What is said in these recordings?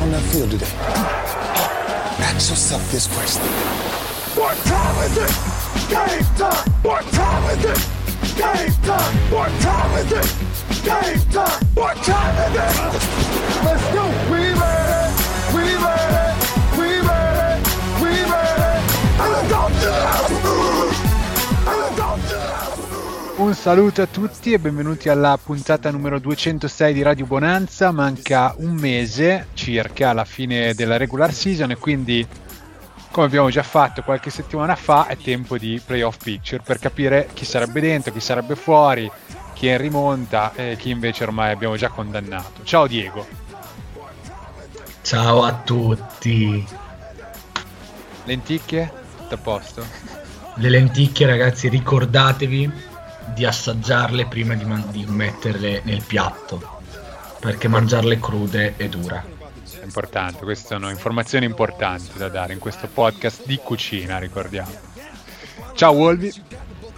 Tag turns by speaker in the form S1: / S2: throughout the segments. S1: on that field today. Ask yourself this question. What time is it? Game time! What time is it? Game time! What time is it? Game time! What time is it? Let's go! We ready! We ready! We ready! We ready! And I don't do And I don't do
S2: Un saluto a tutti e benvenuti alla puntata numero 206 di Radio Bonanza. Manca un mese circa alla fine della regular season e quindi, come abbiamo già fatto qualche settimana fa, è tempo di playoff picture per capire chi sarebbe dentro, chi sarebbe fuori, chi è in rimonta e chi invece ormai abbiamo già condannato. Ciao Diego.
S3: Ciao a tutti.
S2: Lenticchie? Tutto a posto?
S3: Le lenticchie, ragazzi, ricordatevi di assaggiarle prima di, man- di metterle nel piatto. Perché mangiarle crude è dura.
S2: È importante, queste sono informazioni importanti da dare in questo podcast di cucina, ricordiamo. Ciao Wolvi.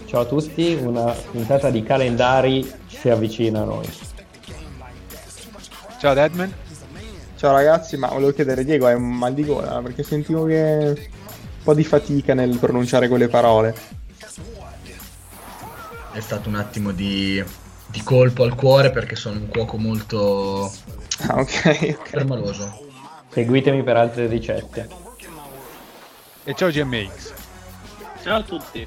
S4: Ciao a tutti, una puntata di calendari si avvicina a noi.
S2: Ciao Deadman.
S5: Ciao ragazzi, ma volevo chiedere, Diego, hai un mal di gola? Perché sentivo che un po' di fatica nel pronunciare quelle parole.
S3: È stato un attimo di, di colpo al cuore perché sono un cuoco molto
S5: Ah, ok, ok.
S3: permaloso.
S4: Seguitemi per altre ricette.
S2: E ciao GMX.
S6: Ciao a tutti.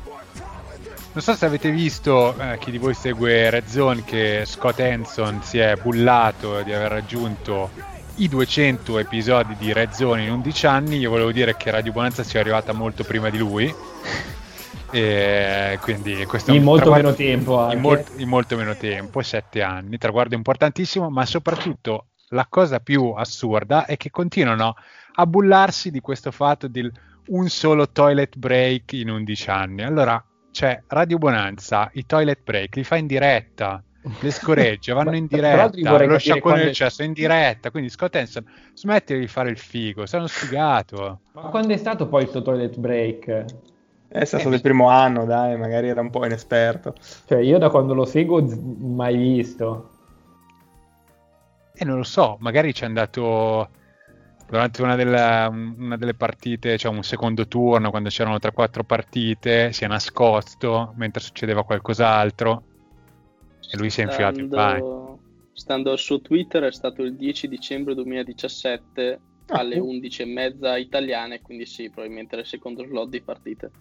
S2: Non so se avete visto, eh, chi di voi segue Red Zone, che Scott Hanson si è bullato di aver raggiunto i 200 episodi di Red Zone in 11 anni. Io volevo dire che Radio Bonanza ci è arrivata molto prima di lui. E quindi questo è
S4: In
S2: un
S4: molto
S2: traguardo-
S4: meno tempo anche.
S2: in, molt- in molto meno tempo, 7 anni, traguardo importantissimo, ma soprattutto la cosa più assurda è che continuano a bullarsi di questo fatto di un solo toilet break in 11 anni. Allora, c'è Radio Bonanza, i toilet break li fa in diretta, le scoreggia, vanno in
S4: Ma- tra l'altro io
S2: diretta,
S4: vorrei
S2: lo
S4: capire
S2: sciacquone del
S4: quando-
S2: cesso in diretta, quindi Scott Hanson, smettili di fare il figo, sei uno sfigato.
S4: Ma quando è stato poi il suo toilet break?
S5: Eh, È stato il primo anno, dai, magari era un po' inesperto.
S4: Cioè, io da quando lo seguo z- mai visto.
S2: E Eh, non lo so, magari ci è andato durante una, della- una delle partite, cioè un secondo turno, quando c'erano 3-4 partite, si è nascosto mentre succedeva qualcos'altro e lui si è infilato in bagno.
S6: Stando, stando al suo Twitter è stato il 10 dicembre 2017
S5: Ah,
S6: alle
S5: sì.
S6: 11.30 italiane, quindi sì, probabilmente era il secondo slot di partite.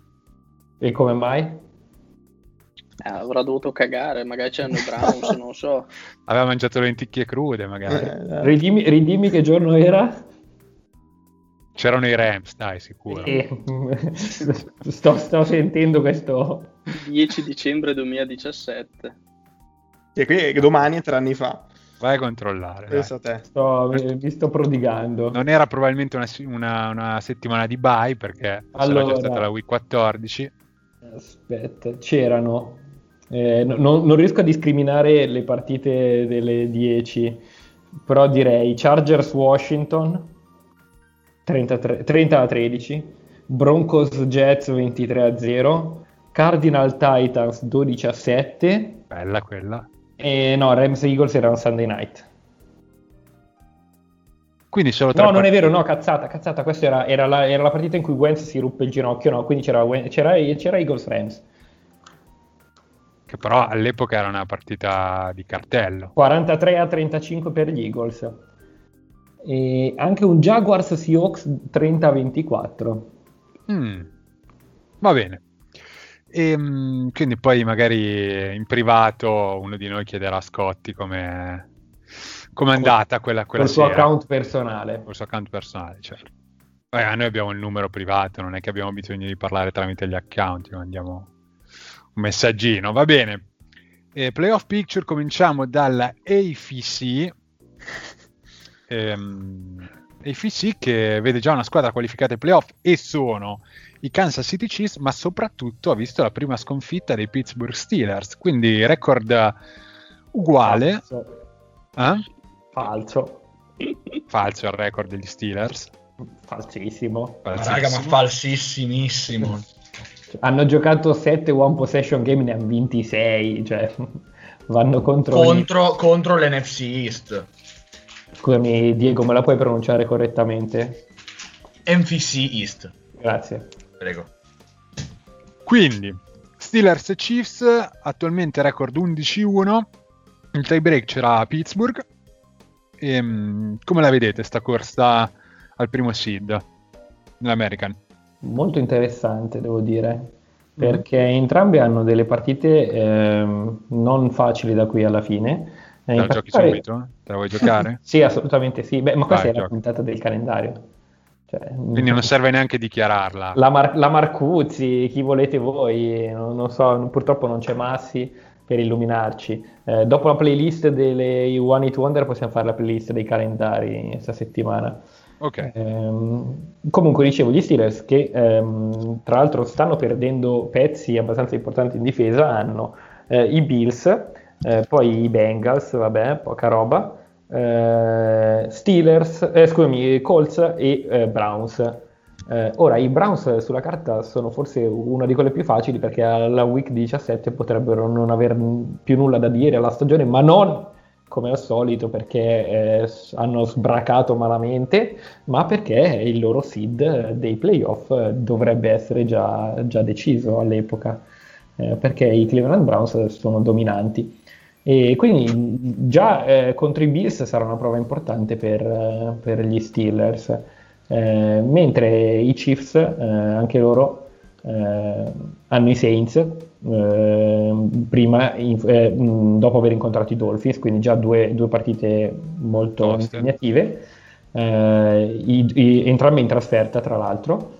S4: E come mai?
S6: Eh, avrà dovuto cagare, magari c'erano i Browns, non so.
S2: Aveva mangiato le lenticchie crude magari.
S5: Eh, dai.
S4: Ridimmi, ridimmi che giorno era?
S2: C'erano i Rams, dai, sicuro.
S4: Eh, sto, sto sentendo questo...
S6: 10 dicembre 2017.
S5: E qui domani è tre anni fa.
S2: Vai a controllare. dai.
S5: Pensa
S4: Esatto.
S5: a te.
S4: sto- mi, mi sto prodigando.
S2: Non era probabilmente una, una- una settimana di bye perché sarà
S4: Allora.
S2: già stata la week 14.
S4: Aspetta, c'erano. eh, no- non, non riesco a discriminare le partite delle 10, però direi Chargers Washington 33 30 a 13, Broncos Jets 23 a 0, Cardinal Titans 12 a 7
S2: Bella quella.
S4: e no, Rams Eagles era un Sunday night.
S2: Quindi solo tre
S4: No, non è
S2: partite.
S4: vero, no, cazzata, cazzata, questa era, era la, era la partita in cui Wentz si ruppe il ginocchio, no, quindi c'era, Wen- c'era, c'era Eagles Rams.
S2: Che però all'epoca era una partita di cartello.
S4: 43 a 35 per gli Eagles. E anche un Jaguars Seahawks 30 a 24.
S2: Mm. Va bene. Ehm, quindi poi magari in privato uno di noi chiederà a Scotti come come è
S4: Col-
S2: andata quella, quella
S4: col suo
S2: sera.
S4: account personale.
S2: Col suo account personale, certo. Beh, noi abbiamo il numero privato, non è che abbiamo bisogno di parlare tramite gli account, gli mandiamo un messaggino, va bene. Eh, playoff picture, cominciamo dalla AFC. Ehm, AFC che vede già una squadra qualificata ai playoff e sono i Kansas City Chiefs, ma soprattutto ha visto la prima sconfitta dei Pittsburgh Steelers, quindi record eh, uguale.
S4: Falso.
S2: Eh?
S4: Falso.
S2: Falso il record degli Steelers.
S4: Falsissimo.
S3: Ma raga, ma falsissimissimo.
S4: Cioè, Hanno giocato 7 one possession game, ne hanno vinti 6. Cioè, vanno contro, ogni-
S3: Contro, contro l'NFC East.
S4: Scusami Diego, me la puoi pronunciare correttamente?
S3: NFC East,
S4: Grazie.
S3: prego.
S2: Quindi, Steelers e Chiefs, attualmente record 11-1, il tie break c'era a Pittsburgh. Ehm, come la vedete sta corsa al primo seed nell'American?
S4: Molto interessante, devo dire, perché entrambe hanno delle partite ehm, non facili da qui alla fine. Eh,
S2: Te
S4: in
S2: la giochi
S4: particolare-
S2: subito? Te la vuoi giocare?
S4: Sì, assolutamente sì. Beh, ma questa
S2: Vai,
S4: è la
S2: gioca.
S4: puntata del calendario. Cioè,
S2: Quindi non serve neanche dichiararla.
S4: la, Mar- la Marcuzzi, chi volete voi, non, non so, purtroppo non c'è Massi per illuminarci. Eh, dopo la playlist delle One It Wonder possiamo fare la playlist dei calendari questa settimana.
S2: Ok,
S5: Eh,
S4: Ehm, comunque dicevo, gli Steelers che ehm, tra l'altro stanno perdendo pezzi abbastanza importanti in difesa hanno eh, i Bills, eh, poi i Bengals, vabbè, poca roba, eh, Steelers, eh, scusami, Colts e eh, Browns. Eh, ora, i Browns sulla carta sono forse una di quelle più facili perché alla week 17 potrebbero non aver più nulla da dire alla stagione, ma non come al solito perché eh, s- hanno sbracato malamente, ma perché il loro seed dei playoff eh, dovrebbe essere già, già deciso all'epoca, eh, perché i Cleveland Browns sono dominanti. E quindi già eh, contro i Bills sarà una prova importante per, eh, per gli Steelers. Eh, mentre i Chiefs, eh, anche loro, eh, hanno i Saints, eh, prima in- eh, mh, dopo aver incontrato i Dolphins, quindi già due, due partite molto
S2: Toste.
S4: impegnative, eh, i- i- entrambe in trasferta tra l'altro.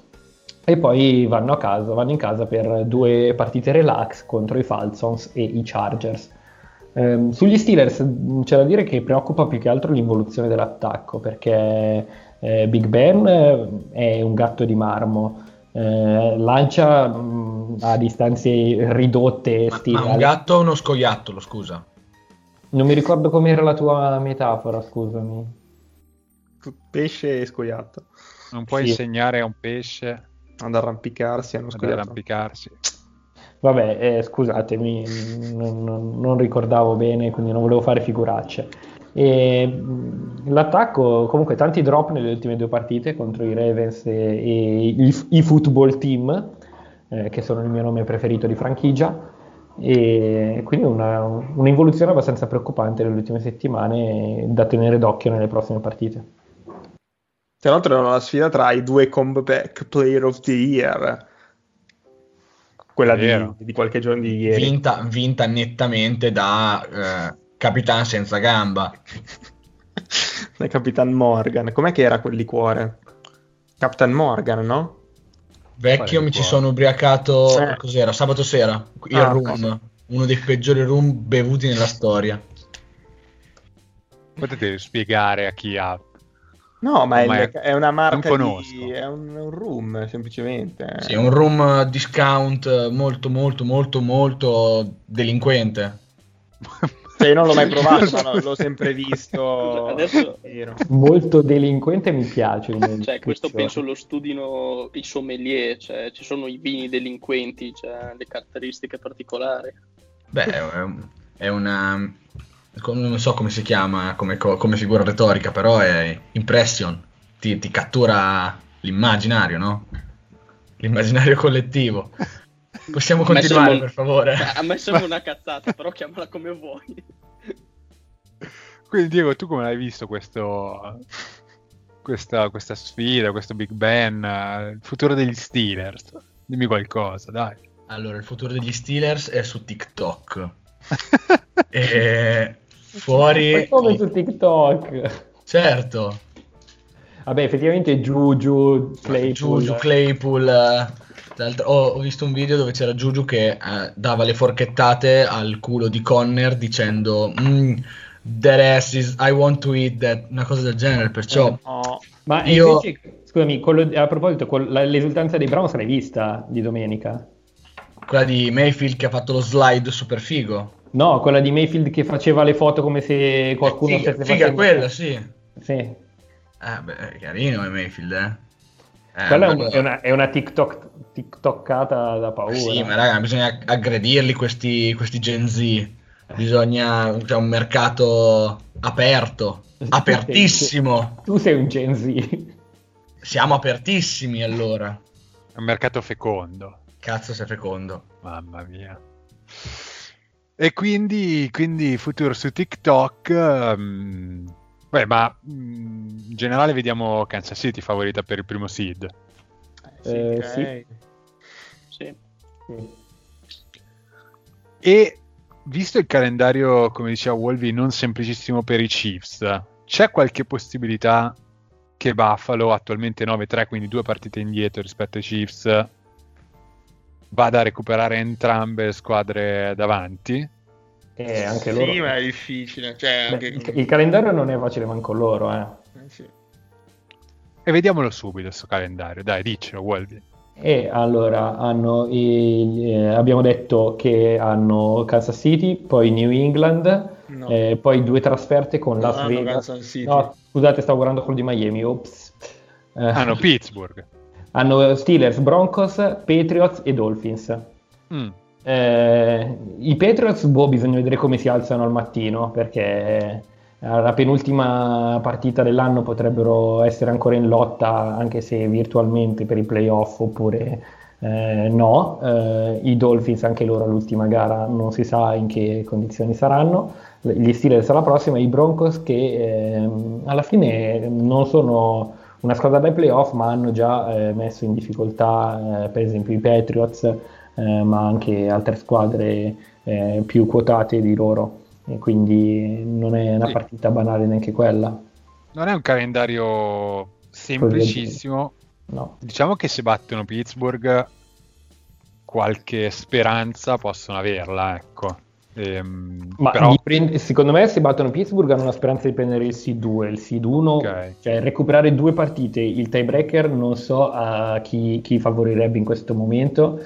S4: E poi vanno a casa, vanno in casa per due partite relax contro i Falcons e i Chargers. Ehm, sugli Steelers mh, c'è da dire che preoccupa più che altro l'involuzione dell'attacco perché eh, Big Ben eh, è un gatto di marmo, eh, lancia mh, a distanze ridotte
S3: Ma,
S4: stile.
S3: ma un gatto o uno scoiattolo, scusa?
S4: Non mi ricordo com'era la tua metafora, scusami.
S5: Pesce e scoiattolo.
S2: non puoi
S4: sì.
S2: insegnare a un pesce
S5: Ad arrampicarsi, a uno
S2: ad
S5: scoiattolo.
S2: arrampicarsi.
S4: Vabbè, eh, scusatemi, non, non- non ricordavo bene, quindi non volevo fare figuracce. E, mh, l'attacco, comunque, tanti drop nelle ultime due partite contro i Ravens e, e i, i football team, eh, che sono il mio nome preferito di franchigia. E quindi una, un'involuzione abbastanza preoccupante nelle ultime settimane eh, da tenere d'occhio nelle prossime partite.
S5: Tra l'altro era una sfida tra i due comeback player of the year. Quella
S2: Vero.
S5: di, di qualche giorno di ieri.
S3: Vinta, vinta nettamente da eh, Capitan senza gamba.
S5: da Capitan Morgan. Com'è che era quel liquore? Capitan Morgan, no?
S3: Vecchio,
S2: Quale
S3: mi ci
S2: liquore?
S3: sono ubriacato.
S5: Eh.
S3: Cos'era? Sabato sera. Il
S5: Ah,
S3: rum.
S5: ok.
S3: Uno dei peggiori rum bevuti nella storia.
S2: Potete spiegare a chi ha...
S5: No, ma, è,
S2: Ma
S5: il-
S2: è-
S5: è una marca
S2: non conosco.
S5: di... è un, è un room, semplicemente.
S3: Sì, un rum discount molto, molto, molto, molto delinquente.
S5: Cioè, io non l'ho mai provato, ma no, l'ho sempre visto.
S6: Scusa, adesso-
S5: in giro.
S4: Molto delinquente mi piace. come
S6: Cioè, questo
S4: descrizione.
S6: penso lo studino i sommelier, cioè ci sono i vini delinquenti, cioè le caratteristiche particolari.
S3: Beh, è, un- è una. com- Non so come si chiama come, co- come figura retorica, però è impression. Ti, ti cattura l'immaginario, no? L'immaginario collettivo. Possiamo
S6: A me
S3: continuare,
S6: sembra-
S3: per favore.
S6: A me sembra una cazzata, però chiamala come vuoi.
S2: Quindi Diego, tu come l'hai visto questo, questa, questa sfida, questo Big Ben, eh, il futuro degli Steelers? Dimmi qualcosa, dai.
S3: Allora, il futuro degli Steelers è su TikTok. E fuori.
S4: Ma come su TikTok?
S3: Certo.
S4: Vabbè, effettivamente giù, giù, play,
S3: Juju
S4: pull.
S3: Claypool. eh, tra l'altro- oh, ho visto un video dove c'era Juju che eh, dava le forchettate al culo di Conner dicendo "Mm, That ass is I want to eat that", una cosa del genere. Perciò
S4: Eh.
S5: No.
S4: Ma
S3: Io-
S4: invece, scusami, quello- a proposito, quel- la- l'esultanza dei Browns l'hai vista di domenica?
S3: quella di Mayfield che ha fatto lo slide super figo.
S4: No, quella di Mayfield che faceva le foto come se qualcuno
S3: Eh, figa,
S4: stesse
S3: figa
S4: facendo...
S3: quella, sì.
S4: Sì.
S3: Eh, beh, è carino è Mayfield, eh. Eh,
S4: Quella è,
S3: ma-
S4: un- è una, è una TikTok, TikTokata da paura.
S3: Sì, ma raga, bisogna aggredirli questi, questi Gen Z. Bisogna c'è un cioè, mercato aperto, apertissimo.
S4: Tu sei un Gen Z.
S3: Siamo apertissimi allora.
S2: È un mercato fecondo.
S3: Cazzo sei fecondo.
S2: Mamma mia. E quindi, quindi futuro su TikTok. ehm, beh, ma mm, in generale vediamo Kansas City favorita per il primo seed.
S4: Eh,
S5: ok.
S4: sì.
S6: Sì.
S2: E visto il calendario, come diceva Wolvi, non semplicissimo per i Chiefs, c'è qualche possibilità che Buffalo, attualmente 9-3, quindi due partite indietro rispetto ai Chiefs, vada a recuperare entrambe le squadre davanti?
S4: E Eh, anche
S5: sì,
S4: loro.
S5: ma è difficile. Cioè,
S4: Beh,
S5: anche-
S4: il, il calendario non è facile manco loro, eh.
S5: Eh, sì.
S2: E vediamolo subito questo calendario, dai, diccelo Wolvi.
S4: E allora hanno il- eh, abbiamo detto che hanno Kansas City, poi New England,
S5: No.
S4: eh, poi due trasferte con
S5: Non
S4: Las
S5: hanno
S4: Vegas.
S5: Kansas City.
S4: No, scusate, stavo guardando quello di Miami. Ops. Eh,
S2: Ah no, Pittsburgh.
S4: hanno Steelers, Broncos, Patriots e Dolphins.
S2: Mm.
S4: Eh, i Patriots, boh, bisogna vedere come si alzano al mattino perché alla penultima partita dell'anno potrebbero essere ancora in lotta, anche se virtualmente per i playoff oppure eh, no. Eh, I Dolphins, anche loro all'ultima gara, non si sa in che condizioni saranno. Gli Steelers alla prossima, i Broncos che ehm, alla fine non sono una squadra dai playoff, ma hanno già eh, messo in difficoltà eh, per esempio i Patriots eh, ma anche altre squadre eh, più quotate di loro. E quindi non è una
S2: Sì.
S4: partita banale neanche quella.
S2: Non è un calendario semplicissimo,
S4: No.
S2: diciamo che se battono Pittsburgh qualche speranza possono averla, ecco. Ehm,
S4: Ma
S2: però
S4: di prend- secondo me se battono Pittsburgh hanno la speranza di prendere il seed 2, il seed 1,
S2: Ok.
S4: cioè recuperare due partite, il tiebreaker non so a chi, chi favorirebbe in questo momento,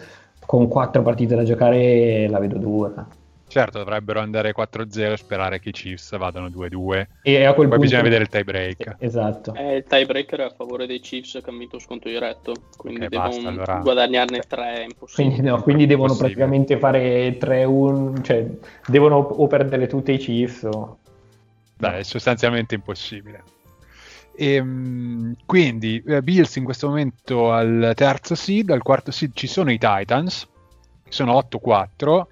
S4: con quattro partite da giocare la vedo dura.
S2: certo dovrebbero andare 4-0 e sperare che i Chiefs vadano 2-2.
S4: E a
S2: Poi
S4: quel punto...
S2: bisogna vedere il tie break.
S4: Esatto.
S6: Eh, il tiebreaker è a favore dei Chiefs che hanno vinto sconto diretto, quindi
S2: Ok,
S6: devono
S2: basta, allora.
S6: guadagnarne tre, è impossibile.
S4: Quindi, no, quindi devono
S2: Possibile.
S4: praticamente fare 3-1, cioè devono o perdere tutti i Chiefs o...
S2: Dai, è sostanzialmente impossibile. Ehm, quindi eh, Bills in questo momento al terzo seed, al quarto seed ci sono i Titans, che sono 8-4,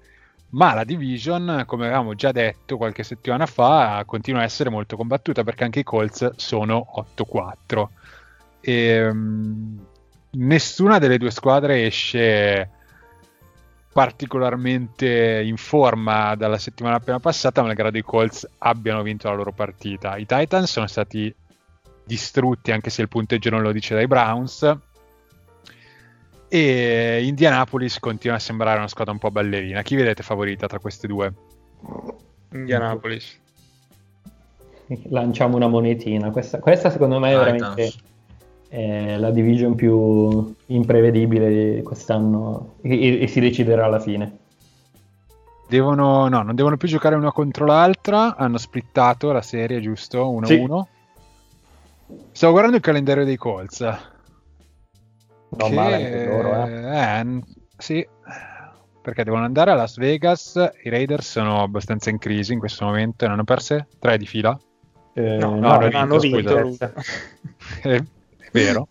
S2: ma la division, come avevamo già detto qualche settimana fa, continua a essere molto combattuta perché anche i Colts sono 8-4. Ehm, nessuna delle due squadre esce particolarmente in forma dalla settimana appena passata, malgrado i Colts abbiano vinto la loro partita. I Titans sono stati distrutti, anche se il punteggio non lo dice dai Browns. E Indianapolis continua a sembrare una squadra un po' ballerina. Chi vedete favorita tra queste due?
S5: Indianapolis.
S4: Lanciamo una monetina. Questa, questa secondo
S6: Ah,
S4: me è
S3: Titans.
S4: veramente eh, la division più imprevedibile di quest'anno e, e- e si deciderà alla fine.
S2: Devono, no, non devono più giocare una contro l'altra. Hanno splittato la serie, giusto? 1-1.
S4: Sì.
S2: Stavo guardando il calendario dei Colts.
S4: No,
S2: che-
S4: male anche loro, eh.
S2: eh, n- sì, perché devono andare a Las Vegas. I Raiders sono abbastanza in crisi in questo momento. Ne hanno perse tre di fila.
S4: Eh,
S5: No,
S2: no,
S4: è
S2: non hanno
S4: giusto,
S2: vinto,
S4: scusa.
S2: È vero.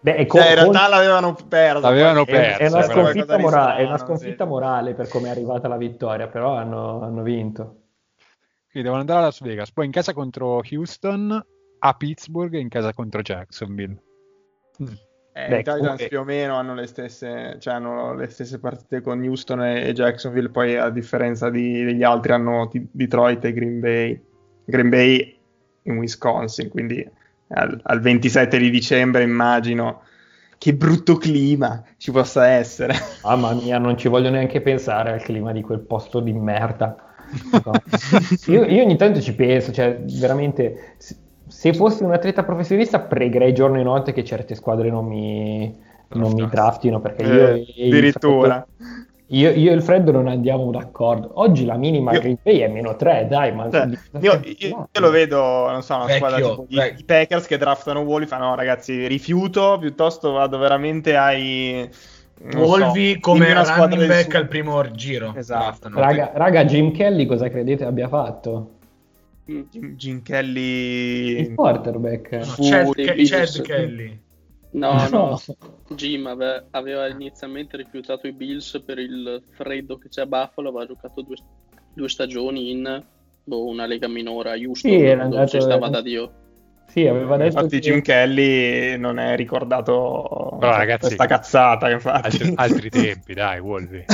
S4: Beh, è co-
S5: Cioè, in realtà
S4: col-
S5: l'avevano persa.
S2: L'avevano
S4: è- è,
S2: persa,
S4: una
S2: quella
S4: sconfitta,
S5: cosa di
S4: morale, è
S5: strano,
S4: una sconfitta
S5: sì.
S4: morale per come è arrivata la vittoria, però hanno, hanno vinto.
S2: Quindi devono andare a Las Vegas. Poi in casa contro Houston, a Pittsburgh e in casa contro Jacksonville.
S5: Eh,
S4: Beh,
S5: I Titans
S4: comunque-
S5: più o meno hanno le stesse, cioè hanno le stesse partite con Houston e e Jacksonville, poi a differenza di- degli altri hanno di- Detroit e Green Bay. Green Bay in Wisconsin, quindi al, al 27 di dicembre immagino che brutto clima ci possa essere.
S4: Ah, Mamma mia, non ci voglio neanche pensare al clima di quel posto di merda. No. Io, io ogni tanto ci penso, cioè veramente, se- se fossi un atleta professionista pregherei giorno e notte che certe squadre non mi, non mi draftino perché io,
S5: Eh,
S4: e il
S5: addirittura.
S4: freddo- io, io e il freddo non andiamo d'accordo. Oggi la minima
S5: Io-
S4: Green Bay è meno 3, dai, ma...
S5: Cioè, io, io- io lo vedo, non so, una
S3: Vecchio,
S5: squadra tipo di,
S3: vecchio.
S5: di Packers che draftano Wally, fa no ragazzi, rifiuto, piuttosto vado veramente ai... non
S3: Volvi
S5: so,
S3: come
S5: dimmi una squadra
S3: running
S5: del
S3: back
S5: Sud.
S3: al primo giro.
S5: Esatto.
S3: Draftano.
S4: Raga, raga, Jim Kelly cosa credete abbia fatto?
S6: Mm.
S5: Jim, Jim Kelly
S4: Il quarterback.
S3: No,
S5: Fu-
S3: Chad,
S6: dei
S3: Ke-
S6: Bills.
S3: Chad Kelly.
S6: No, no,
S4: No.
S6: Jim ave- aveva inizialmente rifiutato i Bills per il freddo che c'è a Buffalo, aveva giocato due, due stagioni in boh, una lega minore a Houston,
S4: Sì, era
S6: dove
S4: andato-
S6: ci stava da Dio.
S4: Sì, aveva detto
S5: infatti
S4: che-
S5: Jim Kelly non è ricordato
S7: Però, ragazzi,
S5: questa cazzata infatti
S7: Altri, altri tempi, dai, Wolvi.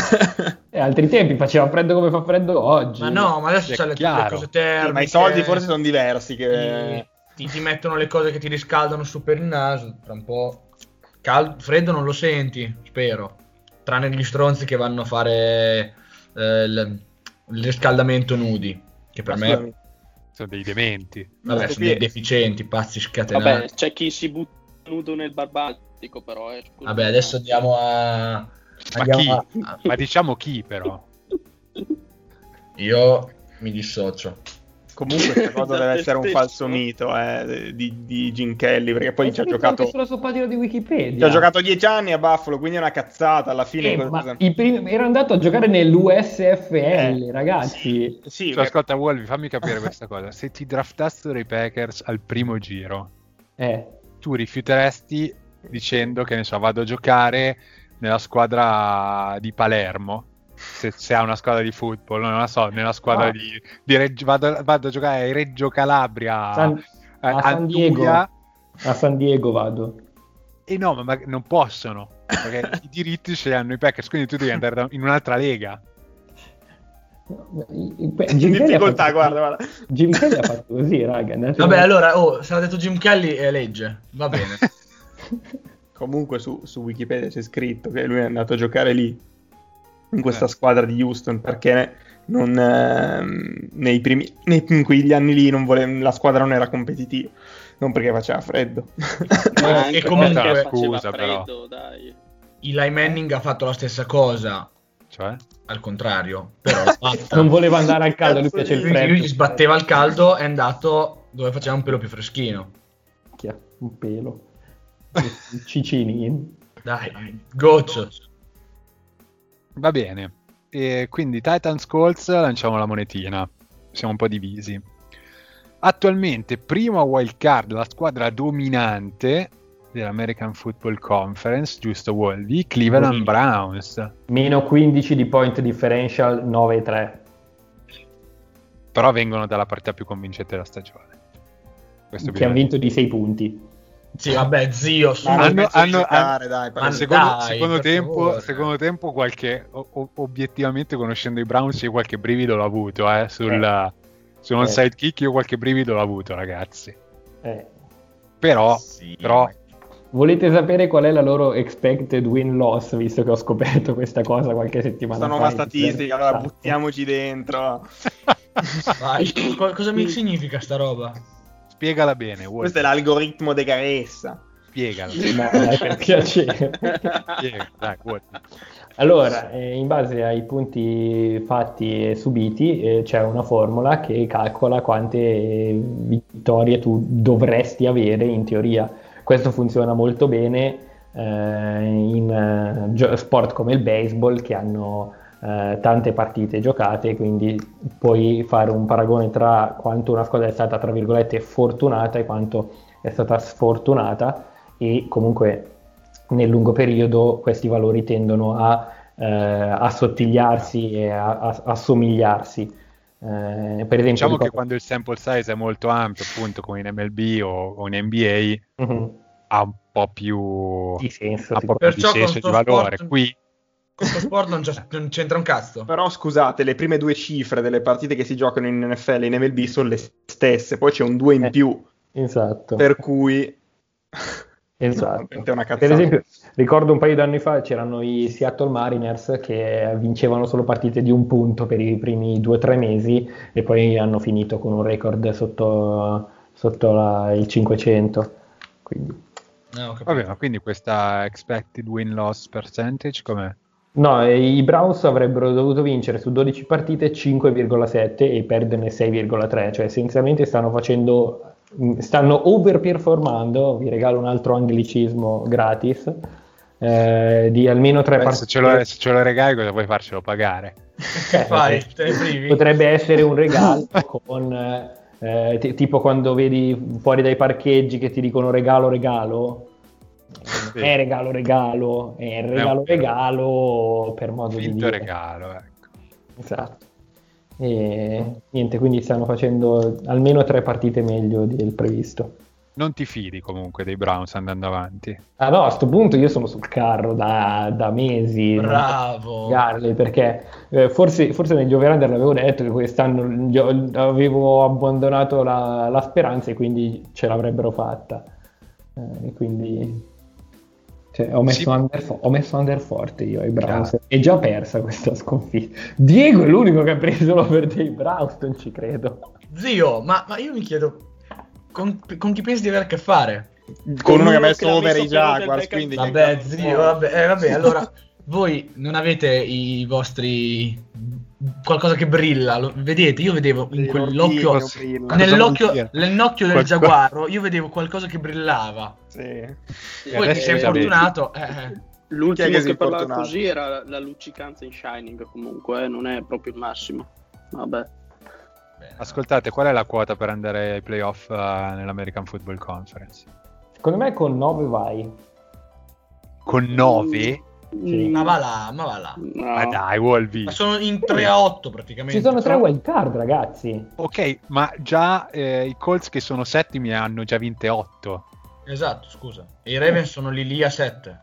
S4: eh, altri tempi faceva freddo come fa freddo oggi.
S3: Ma no, ma adesso
S2: È
S3: c'è le, le
S2: chiaro.
S3: cose termiche.
S5: Eh, ma i soldi forse sono diversi che
S3: Ti, ti- ti mettono le cose che ti riscaldano su per il naso. Tra un po'. Cal- freddo non lo senti, spero. Tranne gli stronzi che vanno a fare eh, il, il riscaldamento nudi. Che per
S5: Ma
S3: me
S5: scusami,
S7: Sono dei dementi.
S3: vabbè, sono
S5: questo qui
S3: dei
S5: è-
S3: deficienti, pazzi scatenati.
S6: Vabbè,
S3: Vabbè,
S6: c'è chi si butta nudo nel barbatico, però. eh, scusa.
S3: adesso andiamo a. andiamo
S7: chi?
S3: a-
S7: Ma diciamo chi, però?
S3: Io mi dissocio.
S5: comunque questa cosa
S6: Da
S5: deve
S6: te
S5: essere un
S6: stesso.
S5: falso mito eh, di, di Jim Kelly perché
S4: È
S5: poi ci ha
S4: scritto
S5: giocato
S4: anche sulla sua pagina di
S5: ci
S4: Wikipedia.
S5: ha giocato dieci anni a Buffalo quindi è una cazzata alla fine
S4: Eh,
S5: cosa-
S4: ma i primi- era andato a giocare nell'USFL, ragazzi.
S5: Eh, sì, eh,
S2: Cioè, ascolta, Wolvi, fammi capire questa cosa. Se ti draftassero i Packers al primo giro,
S4: Eh,
S2: tu rifiuteresti dicendo che ne so, vado a giocare nella squadra di Palermo. Se, se ha una squadra di football, non la so, nella squadra
S4: Ah.
S2: di, di Reggio, vado, vado a giocare ai Reggio Calabria,
S4: San-
S2: a,
S4: a San Diego.
S2: Anduia,
S4: a San Diego vado.
S2: e no, ma, ma non possono perché i diritti ce li hanno i Packers, quindi tu devi andare da- in un'altra lega.
S4: Jim Kelly ha
S5: difficoltà
S4: fatto-
S5: guarda, guarda.
S4: Jim Kelly ha fatto così, raga. è andato-
S3: Vabbè, allora, oh, se l'ha detto Jim Kelly è legge. Va bene.
S5: comunque su, su Wikipedia c'è scritto che lui è andato a giocare lì in questa
S2: Eh.
S5: squadra di Houston perché non, ehm, nei primi nei- in quegli anni lì non vole- la squadra non era competitiva non perché faceva freddo
S6: Ma anche
S3: E comunque-
S6: perché faceva
S2: Scusa,
S6: freddo, dai.
S3: Eli Manning ha fatto la stessa cosa,
S2: Cioè,
S3: al contrario, però l'ha fatta.
S4: Non voleva andare al caldo, lui piace il
S3: Lui- lui, gli
S4: freddo.
S3: sbatteva il caldo, è andato dove faceva un pelo più freschino.
S4: Minchia, un pelo. Cicini. eh.
S3: Dai, goccio.
S2: va bene. E quindi Titans Colts lanciamo la monetina. Siamo un po' divisi. Attualmente prima wild card la squadra dominante dell'American Football Conference, giusto Woldy, Cleveland
S3: Wolverine.
S2: Browns.
S4: Meno 15 di point differential, 9 e 3.
S2: Però vengono dalla partita più convincente della stagione. Questo
S4: Che ha
S2: bisogna-
S4: vinto di 6 punti.
S3: Sì, vabbè, zio, su.
S5: Ma non
S2: hanno-
S5: penso di
S2: hanno-
S5: giocare, dai,
S2: Ma
S3: hanno-
S5: parliamo-
S2: Cioè, secondo,
S3: dai,
S2: secondo
S3: per
S2: tempo,
S3: favore.
S2: secondo tempo qualche, o- o- obiettivamente conoscendo i Browns, io qualche brivido l'ho avuto. Eh, sul,
S3: Certo.
S2: Su un
S4: Eh.
S2: sidekick io qualche brivido l'ho avuto, ragazzi.
S4: Eh.
S2: Però,
S3: Sì,
S2: però
S4: Volete sapere qual è la loro expected win loss, visto che ho scoperto questa cosa qualche settimana
S5: questa
S4: fa?
S5: nuova statistica allora
S4: esatto.
S5: buttiamoci dentro
S3: vai. Co- cosa mi significa sta roba?
S2: spiegala bene, Wolf,
S5: questo è l'algoritmo de Caressa
S2: spiegala.
S4: Ma dai, per piacere.
S2: Spiega, dai, Wolf.
S4: Allora, eh, in base ai punti fatti e subiti, eh, c'è una formula che calcola quante eh, vittorie tu dovresti avere in teoria. Questo funziona molto bene eh, in eh, gio- sport come il baseball che hanno eh, tante partite giocate, quindi puoi fare un paragone tra quanto una squadra è stata, tra virgolette, fortunata e quanto è stata sfortunata e comunque nel lungo periodo questi valori tendono a eh, assottigliarsi e a, a- assomigliarsi. Eh, per esempio,
S2: Diciamo che
S4: ricordo-
S2: quando il sample size è molto ampio, appunto come in MLB o, o in NBA,
S4: Mhm,
S2: ha un po' più,
S4: di senso,
S2: ha un po' più di
S3: Perciò con
S2: senso
S3: sto
S2: di valore.
S3: sport-
S2: Qui
S3: Questo sport non, c'è- non c'entra un cazzo.
S5: però scusate le prime due cifre delle partite che si giocano in NFL e in MLB sono le stesse poi c'è un 2 in
S4: Eh.
S5: più
S4: Esatto.
S5: per cui
S4: Esatto.
S5: Veramente una
S4: Per
S5: cazzata.
S4: esempio, ricordo un paio d'anni fa c'erano i Seattle Mariners che vincevano solo partite di un punto per i primi due o tre mesi e poi hanno finito con un record sotto, sotto la- il 500. Quindi-
S3: No, Eh, ho capito.
S2: Vabbè, ma quindi questa expected win loss percentage com'è?
S4: No, e i Browns avrebbero dovuto vincere su 12 partite 5,7 e perderne 6,3, cioè essenzialmente stanno facendo, mh, stanno overperformando, vi regalo un altro anglicismo gratis, eh, di almeno
S2: Beh,
S4: tre
S2: se,
S4: partite.
S2: ce lo, se ce lo regali cosa vuoi farcelo pagare?
S4: Cioè,
S3: Che fai? Te ne privi?
S4: Potrebbe essere un regalo con eh, Eh, ti- tipo quando vedi fuori dai parcheggi che ti dicono regalo, regalo.
S2: Sì.
S4: È regalo, regalo, è il regalo,
S2: vero-
S4: regalo per modo di
S2: Finto
S4: dire.
S2: regalo, ecco.
S4: Esatto. E niente, quindi stanno facendo almeno tre partite meglio del previsto.
S2: Non ti fidi comunque dei Browns andando avanti.
S4: Ah no, a sto punto io sono sul carro da, da mesi. non
S3: Bravo.
S4: spiegarli, perché eh, forse, forse negli over-under l'avevo detto che quest'anno gli ho- avevo abbandonato la, la speranza e quindi ce l'avrebbero fatta. Eh, e quindi cioè, ho, messo
S2: Sì.
S4: under, fo- ho messo under forte io ai Browns. È già persa questa sconfitta. Diego è l'unico che ha preso l'over dei Browns, non ci credo.
S3: Zio, ma, ma io mi chiedo, con, con chi pensi di avere a che fare?
S5: Con uno che ha
S6: che
S5: messo
S6: l'ha
S5: over i
S6: messo per
S5: Jaguars,
S6: quarterback al-
S5: quindi... che
S3: Vabbè,
S5: cazzo
S3: zio,
S5: vuoi?
S3: vabbè, eh, vabbè, allora voi non avete i vostri qualcosa che brilla, lo- vedete? Io vedevo in
S5: Sì,
S3: quell'occhio
S5: l'ordigno brilla.
S3: nell'occhio
S8: Cosa vuol dire?
S3: nell'occhio del
S8: Qualco-
S3: giaguaro, io vedevo qualcosa che brillava.
S5: Sì.
S3: Poi ti
S8: adesso
S3: sei
S8: Eh, già vedi.
S3: fortunato. eh.
S5: Chi è
S6: L'ultimo
S5: che
S6: che,
S5: si è
S6: parlava
S5: fortunato?
S6: così era la, la luccicanza in Shining, comunque, eh, non è proprio il massimo. Vabbè.
S3: Bene.
S2: Ascoltate, qual è la quota per andare ai playoff eh, nell'American Football Conference?
S4: Secondo me con 9 vai.
S2: Con
S6: Mm,
S2: 9?
S4: Sì.
S3: Ma va là, ma va là.
S6: No.
S2: Ma Ah, dai, Wolvi.
S3: Ma sono in 3 a 8 praticamente.
S4: Ci sono tre
S3: Però-
S4: wild card, ragazzi.
S2: Ok, ma già eh, i Colts che sono settimi hanno già vinte 8.
S3: Esatto, scusa. E i Ravens sono lì lì a 7.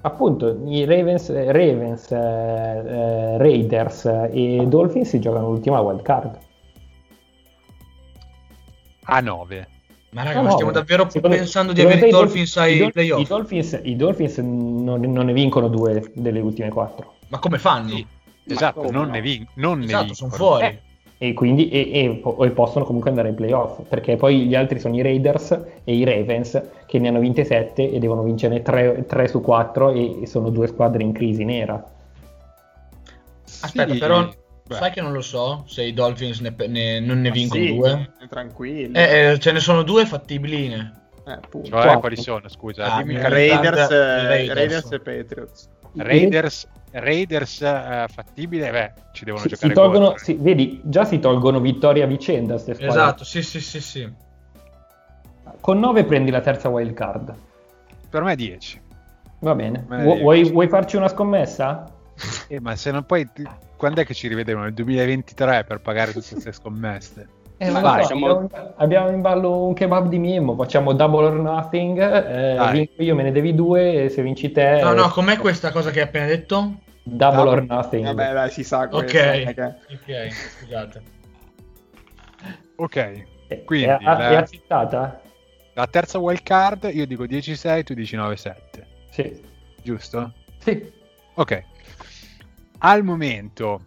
S4: Appunto, i Ravens, Ravens, eh, eh, Raiders e Dolphins si giocano l'ultima wild card.
S2: A 9.
S3: Ma raga,
S4: No,
S3: Eh, ma
S4: no,
S3: stiamo davvero
S4: secondo-
S3: pensando di
S4: secondo
S3: avere i
S4: te
S3: Dolphins
S4: i
S3: ai
S4: Dol- I
S3: playoff?
S4: Dolphins, i Dolphins non, non ne vincono due delle ultime quattro.
S3: Ma come fanno?
S2: Esatto,
S6: come
S2: non
S6: no?
S2: ne, vin- non ne
S3: Esatto,
S2: vincono.
S3: sono fuori.
S4: Eh, E quindi e, e po- e possono comunque andare ai playoff, perché poi gli altri sono i Raiders e i Ravens che ne hanno vinte sette e devono vincere 3, su 4 e, e sono due squadre in crisi nera.
S3: Aspetta,
S2: Sì,
S3: però
S2: beh.
S3: sai che non lo so se i Dolphins ne- ne- non ne
S5: Ma
S3: vincono
S5: sì,
S3: due.
S5: Tranquilli.
S3: Eh, eh, ce ne sono due fattibiline.
S5: Eh, appunto.
S2: Cioè,
S4: Quattro.
S2: quali sono? Scusa,
S3: Ah,
S2: dimmi
S3: mi-
S2: il calendario.
S5: Raiders, eh,
S3: Raiders.
S5: Raiders e Patriots.
S2: Raiders, Raiders eh, fattibile, beh, ci devono
S4: Si, si
S2: giocare eh.
S4: tolgono,
S2: contro.
S4: si- vedi, già si tolgono vittoria a vicenda queste squadre.
S3: Esatto, sì, sì, sì, sì.
S4: Con 9 prendi la terza wild card.
S2: Per me 10.
S4: Va bene.
S2: Me ne
S4: Vu-
S2: dico.
S4: vuoi, vuoi farci una scommessa?
S2: Eh, ma se non poi, ti- quando è che ci rivedremo? Nel 2023 per pagare tutte queste scommesse?
S4: Eh,
S6: Ma
S4: non lo
S6: dai,
S4: so,
S6: siamo-
S4: abbiamo, abbiamo in ballo un kebab di Mimmo, facciamo double or nothing, eh,
S2: Dai.
S4: vinco io me ne devi due, e se vinci te
S3: No,
S4: eh,
S3: no, com'è questa cosa che hai appena detto?
S4: double or nothing.
S5: Vabbè, dai, si sa
S3: Ok.
S5: questo. non è che-
S3: Ok, scusate.
S2: Ok,
S4: Eh,
S2: quindi,
S4: è, è
S2: eh.
S4: accettata?
S2: la terza wild card io dico 10-6, tu dici 9-7,
S4: Sì.
S2: giusto?
S4: Sì.
S2: Ok, al momento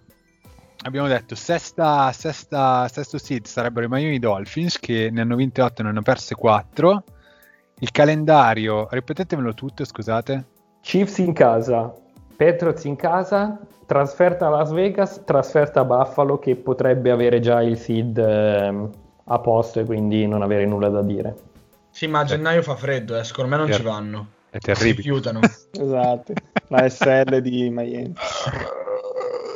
S2: abbiamo detto sesta, sesta, sesto seed sarebbero i Miami Dolphins che ne hanno vinte 8 e ne hanno perse 4. Il calendario, ripetetemelo tutto, scusate.
S4: Chiefs in casa, Patriots in casa, trasferta a Las Vegas, trasferta a Buffalo che potrebbe avere già il seed ehm, a posto e quindi non avere nulla da dire.
S3: Sì, ma a gennaio fa freddo, eh, secondo me non
S2: Certo.
S3: ci vanno.
S2: È
S3: Si
S2: terribile.
S3: rifiutano.
S5: Esatto. La SL di Miami.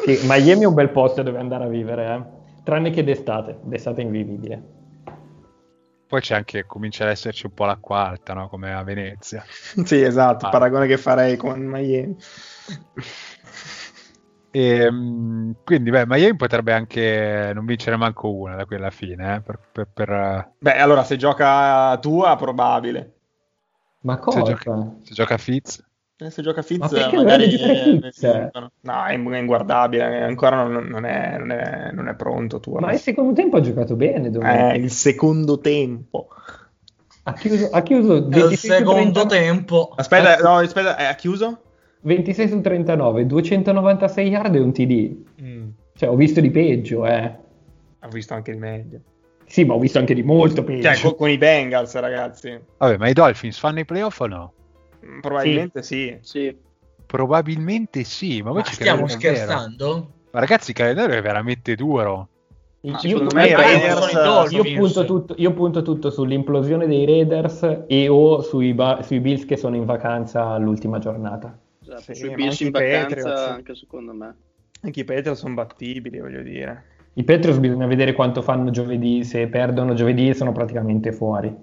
S4: Sì, Miami è un bel posto dove andare a vivere, eh. tranne che d'estate, d'estate è invivibile.
S2: Poi c'è anche, comincia ad esserci un po' la quarta, no? come a Venezia.
S5: Sì, esatto,
S2: Ah.
S5: paragone che farei con Miami.
S2: Ehm, quindi, beh, Miami potrebbe anche non vincere manco una da qui alla fine. eh, per, per- per-
S5: Beh, allora, se gioca tua, probabile.
S4: Ma
S2: se,
S4: cosa?
S2: gioca, se gioca Fitz,
S5: Eh, Se gioca Fitz,
S4: Ma perché dovrebbe
S5: magari...
S4: giocare
S5: eh,
S4: Fitz?
S5: vincono. No, è è inguardabile, eh, ancora non, non è, non, è, non è pronto tua.
S4: Ma il secondo tempo ha giocato bene domenica.
S5: Eh, il secondo tempo.
S4: Ha chiuso, ha chiuso
S3: È il
S4: 26 su
S3: secondo
S4: 30
S3: tempo.
S5: Aspetta, no, aspetta, eh, ha chiuso?
S4: 26 su 39, 296 yard e un TD.
S2: Mm.
S4: Cioè, ho visto di peggio, eh.
S5: Ho visto anche il meglio.
S4: Sì, ma ho visto anche di molto peggio.
S5: Cioè, con, con i Bengals, ragazzi.
S2: vabbè, ma i Dolphins fanno i playoff o no?
S5: Mm, Probabilmente sì.
S6: Sì.
S2: Probabilmente sì, ma voi
S3: Ma
S2: ci
S3: stiamo
S2: credete davvero?
S3: scherzando?
S2: Ma ragazzi, il calendario è veramente duro.
S4: Io-
S5: secondo
S4: io-
S5: me i
S4: io-
S5: Raiders
S4: io
S3: sono i
S4: punto
S3: Dolphins.
S4: tutto- io punto tutto sull'implosione dei Raiders e o sui, ba- sui Bills che sono in vacanza all'ultima giornata.
S6: Esatto.
S5: Sì,
S6: Sui
S5: ma
S6: Bills in
S5: anche i
S6: vacanza,
S5: Patriots.
S6: anche secondo me.
S5: Anche i Patriots sono battibili, voglio dire.
S4: I Patriots bisogna vedere quanto fanno giovedì, se perdono giovedì sono praticamente fuori.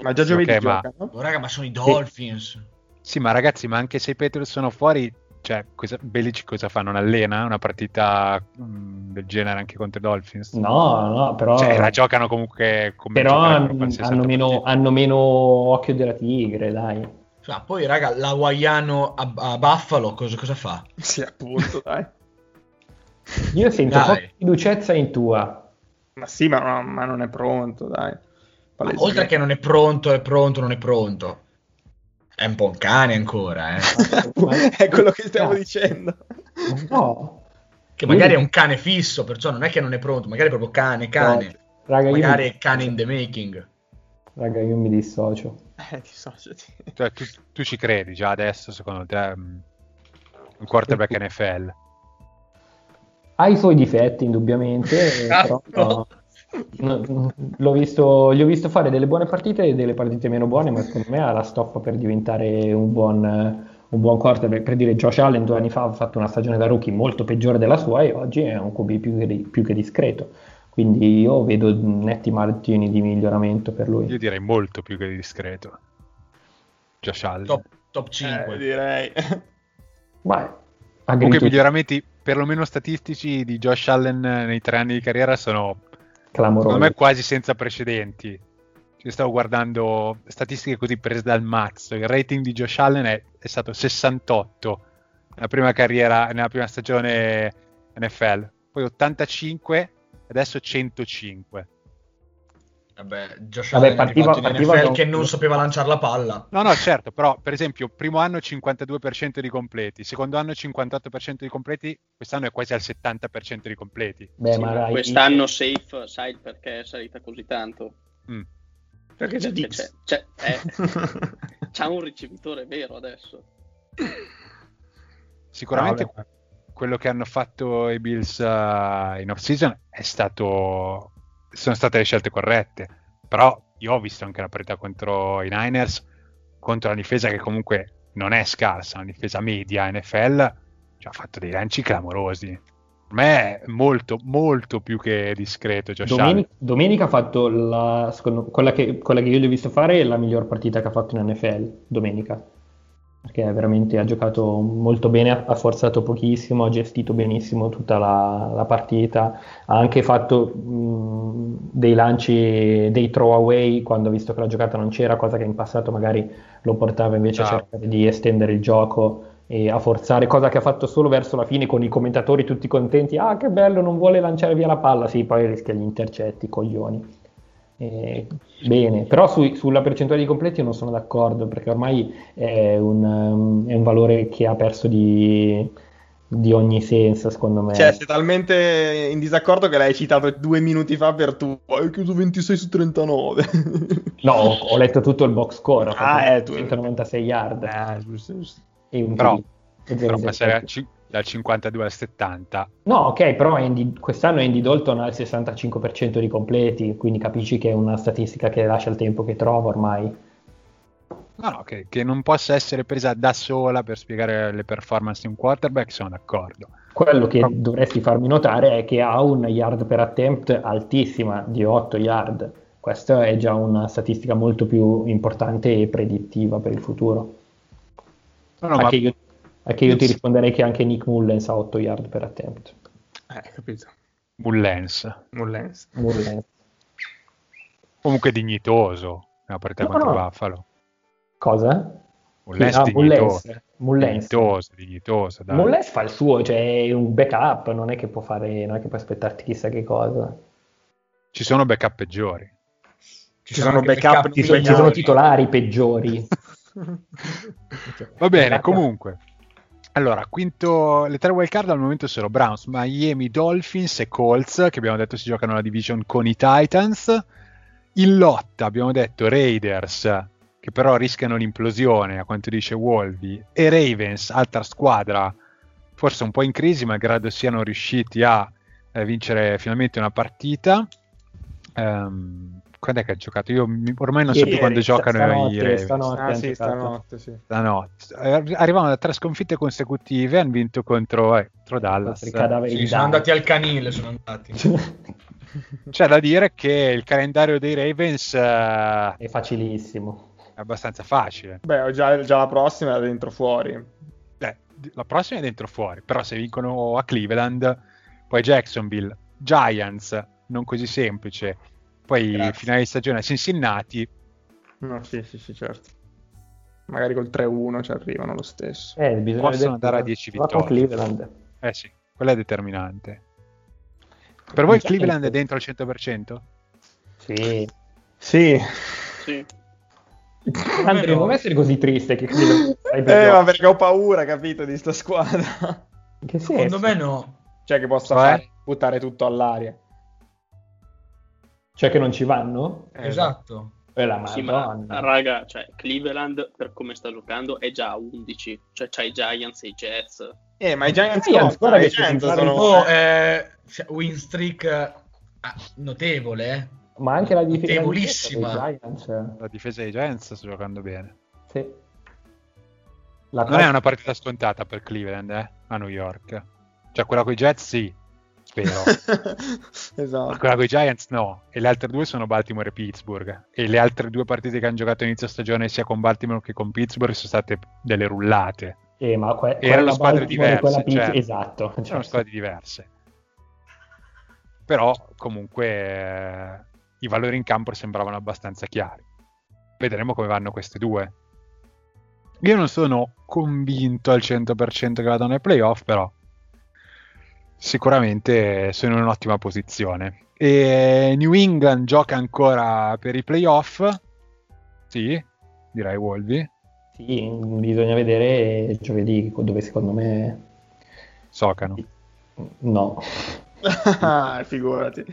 S5: Ma già giovedì
S2: Ok, ma-
S5: giocano.
S3: Oh, raga, ma sono i Dolphins.
S2: Sì, ma ragazzi, ma anche se i Patriots sono fuori, cioè, cosa, Belichick cosa fa? Non allena una partita mh, del genere anche contro i Dolphins?
S4: No, no, però,
S2: Cioè, la giocano comunque come
S4: però
S2: giocherebbero
S4: hanno,
S2: qualsiasi
S4: hanno
S2: altra
S4: meno,
S2: partita.
S4: hanno meno occhio della tigre, dai.
S3: Cioè, poi, raga, l'hawaiano a, a Buffalo cosa, cosa fa?
S5: Sì, appunto, dai.
S4: Io sento
S3: Dai.
S4: poca fiduciezza in tua.
S5: Ma sì, ma, ma- ma non è pronto, dai.
S3: Ma oltre che non è pronto, è pronto, non è pronto. È un po' un cane ancora, eh.
S5: è quello che stiamo
S4: Ah.
S5: dicendo.
S4: No,
S3: Che magari è un cane fisso, perciò non è che non è pronto, magari è proprio cane, cane.
S4: raga, io mi-
S3: Magari è cane in the making.
S4: raga, io mi dissocio.
S5: Eh, dissociati.
S2: Cioè, tu, tu ci credi già adesso, secondo te, mh, un quarterback NFL?
S4: Ha i suoi difetti, indubbiamente, eh,
S2: Ah,
S4: però no, l'ho visto, gli ho visto fare delle buone partite e delle partite meno buone, ma secondo me ha la stoffa per diventare un buon, eh, un buon quarterback. Per dire, Josh Allen due anni fa ha fatto una stagione da rookie molto peggiore della sua e oggi è un QB più che, più che discreto. Quindi io vedo netti margini di miglioramento per lui.
S2: Io direi molto più che discreto. Josh Allen.
S3: Top, top
S5: Eh,
S3: 5.
S5: direi.
S4: Ma
S2: Comunque i
S4: agree to-
S2: miglioramenti, perlomeno statistici, di Josh Allen eh, nei tre anni di carriera sono,
S4: clamoroso.
S2: secondo me, quasi senza precedenti. Ci stavo guardando statistiche così prese dal mazzo. Il rating di Josh Allen è, è stato 68 nella prima carriera, nella prima stagione NFL, poi 85, adesso 105.
S3: Vabbè, Josh
S4: Vabbè,
S3: Allen è
S4: partiva-
S3: arrivato in
S4: partiva
S3: NFL
S4: da-
S3: che non sapeva lanciare la palla.
S2: No, no, certo, però per esempio, primo anno 52% di completi, secondo anno 58% di completi, quest'anno è quasi al 70% di completi.
S4: Beh,
S6: Sì,
S4: Eh, ma dai,
S6: quest'anno safe, sai il perché è salita così tanto?
S2: Mm.
S5: Perché c'è Cioè,
S6: Perché
S5: Dix.
S6: c'è, c'è, eh, c'ha un ricevitore vero adesso.
S2: Sicuramente
S4: No, vabbè.
S2: quello che hanno fatto i Bills eh, in off-season è stato... sono state le scelte corrette, però io ho visto anche la parità contro i Niners, contro la difesa che comunque non è scarsa, una difesa media NFL, cioè, ha fatto dei lanci clamorosi. Per me è molto, molto più che discreto Josh Allen.
S4: Domeni- domenica ha fatto la, secondo- quella, che, quella che io gli ho visto fare è la miglior partita che ha fatto in NFL domenica perché veramente ha giocato molto bene, ha- ha forzato pochissimo, ha gestito benissimo tutta la, la partita, ha anche fatto mh, dei lanci, dei throwaway quando ha visto che la giocata non c'era, cosa che in passato magari lo portava invece a
S2: Bravo.
S4: cercare di estendere il gioco e a forzare, cosa che ha fatto solo verso la fine con i commentatori tutti contenti, ah che bello, non vuole lanciare via la palla, sì, poi rischia gli intercetti, coglioni. Eh, bene, però sui- sulla percentuale di completi non sono d'accordo perché ormai è un, ehm, è un valore che ha perso di, di ogni senso, secondo me.
S5: Cioè, sei talmente in disaccordo che l'hai citato due minuti fa per tu. "Oh, Hai chiuso 26 su 39.
S4: No, ho, ho letto tutto il box score, ha fatto
S5: Ah, eh, tu-
S4: 196 yard
S5: Ah, giusto, giusto.
S4: e un
S2: Però-
S4: TD, e zero
S2: Però
S4: intercetti.
S2: passare a cin- dal 52 al 70
S4: No, ok, però Andy- quest'anno Andy Dalton ha il 65% di completi, quindi capisci che è una statistica che lascia il tempo che trova ormai.
S2: No, no, che, che non possa essere presa da sola per spiegare le performance di un quarterback, sono d'accordo.
S4: Quello che dovresti farmi notare è che ha un yard per attempt altissima di 8 yard. Questa è già una statistica molto più importante e predittiva per il futuro.
S2: No, no,
S4: anche,
S2: ma
S4: io, anche io ti risponderei che anche Nick Mullens ha 8 yard per attempt.
S5: Eh, capito.
S2: Mullens,
S5: Mullens.
S4: Mullens.
S2: comunque dignitoso, nella partita
S4: No,
S2: contro
S4: no.
S2: Buffalo.
S4: Cosa?
S2: Mullens
S4: Ah, Mullens.
S2: dignitoso,
S4: Mullens.
S2: dignitoso, dignitoso, dai.
S4: Mullens fa il suo, cioè è un backup, non è che può fare, non è che puoi aspettarti chissà che cosa.
S2: Ci sono backup peggiori.
S5: Ci sono
S3: anche
S5: backup
S3: non
S5: di
S4: Ci
S5: Sono
S4: sono, ci sono
S3: migliori.
S4: titolari peggiori.
S5: Cioè,
S2: Va bene,
S4: Backup.
S2: comunque. Allora, quinto, le tre wild card al momento sono Browns, Miami, Dolphins e Colts, che abbiamo detto si giocano la division con i Titans. In lotta abbiamo detto Raiders, che però rischiano l'implosione, a quanto dice Wolby, e Ravens, altra squadra, forse un po' in crisi, malgrado siano riusciti a eh, vincere finalmente una partita. Ehm, quando è che ha giocato? Io mi- ormai non so più quando giocano i Ravens.
S4: stanotte, stanotte,
S5: Ah,
S4: hanno
S5: sì,
S4: giocato.
S5: stanotte, sì.
S2: Stanotte. Eh, Arrivavano da tre sconfitte consecutive, hanno vinto contro, eh, contro Dallas.
S4: Altri cadaveri
S3: Sì,
S4: di
S3: sono
S4: Dante.
S3: andati al canile, sono andati.
S2: C'è da dire che il calendario dei Ravens eh, è
S4: È facilissimo.
S2: abbastanza facile.
S5: Beh, ho già, già la prossima era dentro fuori.
S2: Beh, la prossima è dentro o fuori, però se vincono a Cleveland, poi Jacksonville, Giants, non così semplice, poi
S5: Grazie.
S2: finale di stagione a Cincinnati,
S5: No, sì, sì, sì, certo. Magari col 3-1 ci arrivano lo stesso.
S4: Eh, bisogna
S2: Possono
S4: vedere-
S2: andare a 10
S4: Va con
S2: vittorie.
S4: Cleveland.
S2: eh sì, quella è determinante. Per voi il
S4: Già-
S2: Cleveland è dentro al 100%?
S4: Sì.
S5: Sì.
S6: Sì.
S4: Andrea, non essere così triste che Cleveland stai per
S5: Eh,
S4: gioco.
S5: ma perché ho paura, capito, di sta squadra.
S4: In Che senso?
S3: Secondo me no.
S5: cioè, che possa
S2: Cioè?
S5: fare, buttare tutto all'aria.
S4: Cioè che non ci vanno?
S3: Esatto.
S4: Eh, la
S6: Sì, ma
S4: Madonna.
S6: raga, cioè, Cleveland per come sta giocando è già a 11, cioè c'ha i Giants e i Jets.
S5: Eh, ma i Giants,
S4: Giants,
S5: no,
S4: guarda
S5: i
S4: che
S5: Giants
S4: ci
S5: sono...
S3: Oh, eh, cioè, win streak eh, ah, notevole, eh.
S4: Ma anche la difesa dei
S3: Notevolissima.
S4: Giants. eh.
S2: La difesa dei Giants sta giocando bene.
S4: Sì. La
S2: Non è una partita scontata per Cleveland, eh, a New York. Cioè quella con i Jets sì, spero. Ma
S5: esatto.
S2: quella con i Giants no, e le altre due sono Baltimore e Pittsburgh. E le altre due partite che hanno giocato inizio stagione sia con Baltimore che con Pittsburgh sono state delle rullate.
S4: Eh, ma que-
S2: Erano
S4: quella
S2: squadre
S4: Baltimore e quella
S2: diverse,
S4: Pittsburgh-
S2: cioè.
S4: Esatto. cioè,
S2: Sono squadre diverse. Però comunque eh, i valori in campo sembravano abbastanza chiari. Vedremo come vanno queste due. Io non sono convinto al 100% che vadano ai playoff, però sicuramente sono in un'ottima posizione. E New England gioca ancora per i playoff? Sì, direi Wolvi.
S4: Sì, bisogna vedere eh, giovedì dove secondo me
S2: Socano.
S4: no.
S5: Ah, Figurati.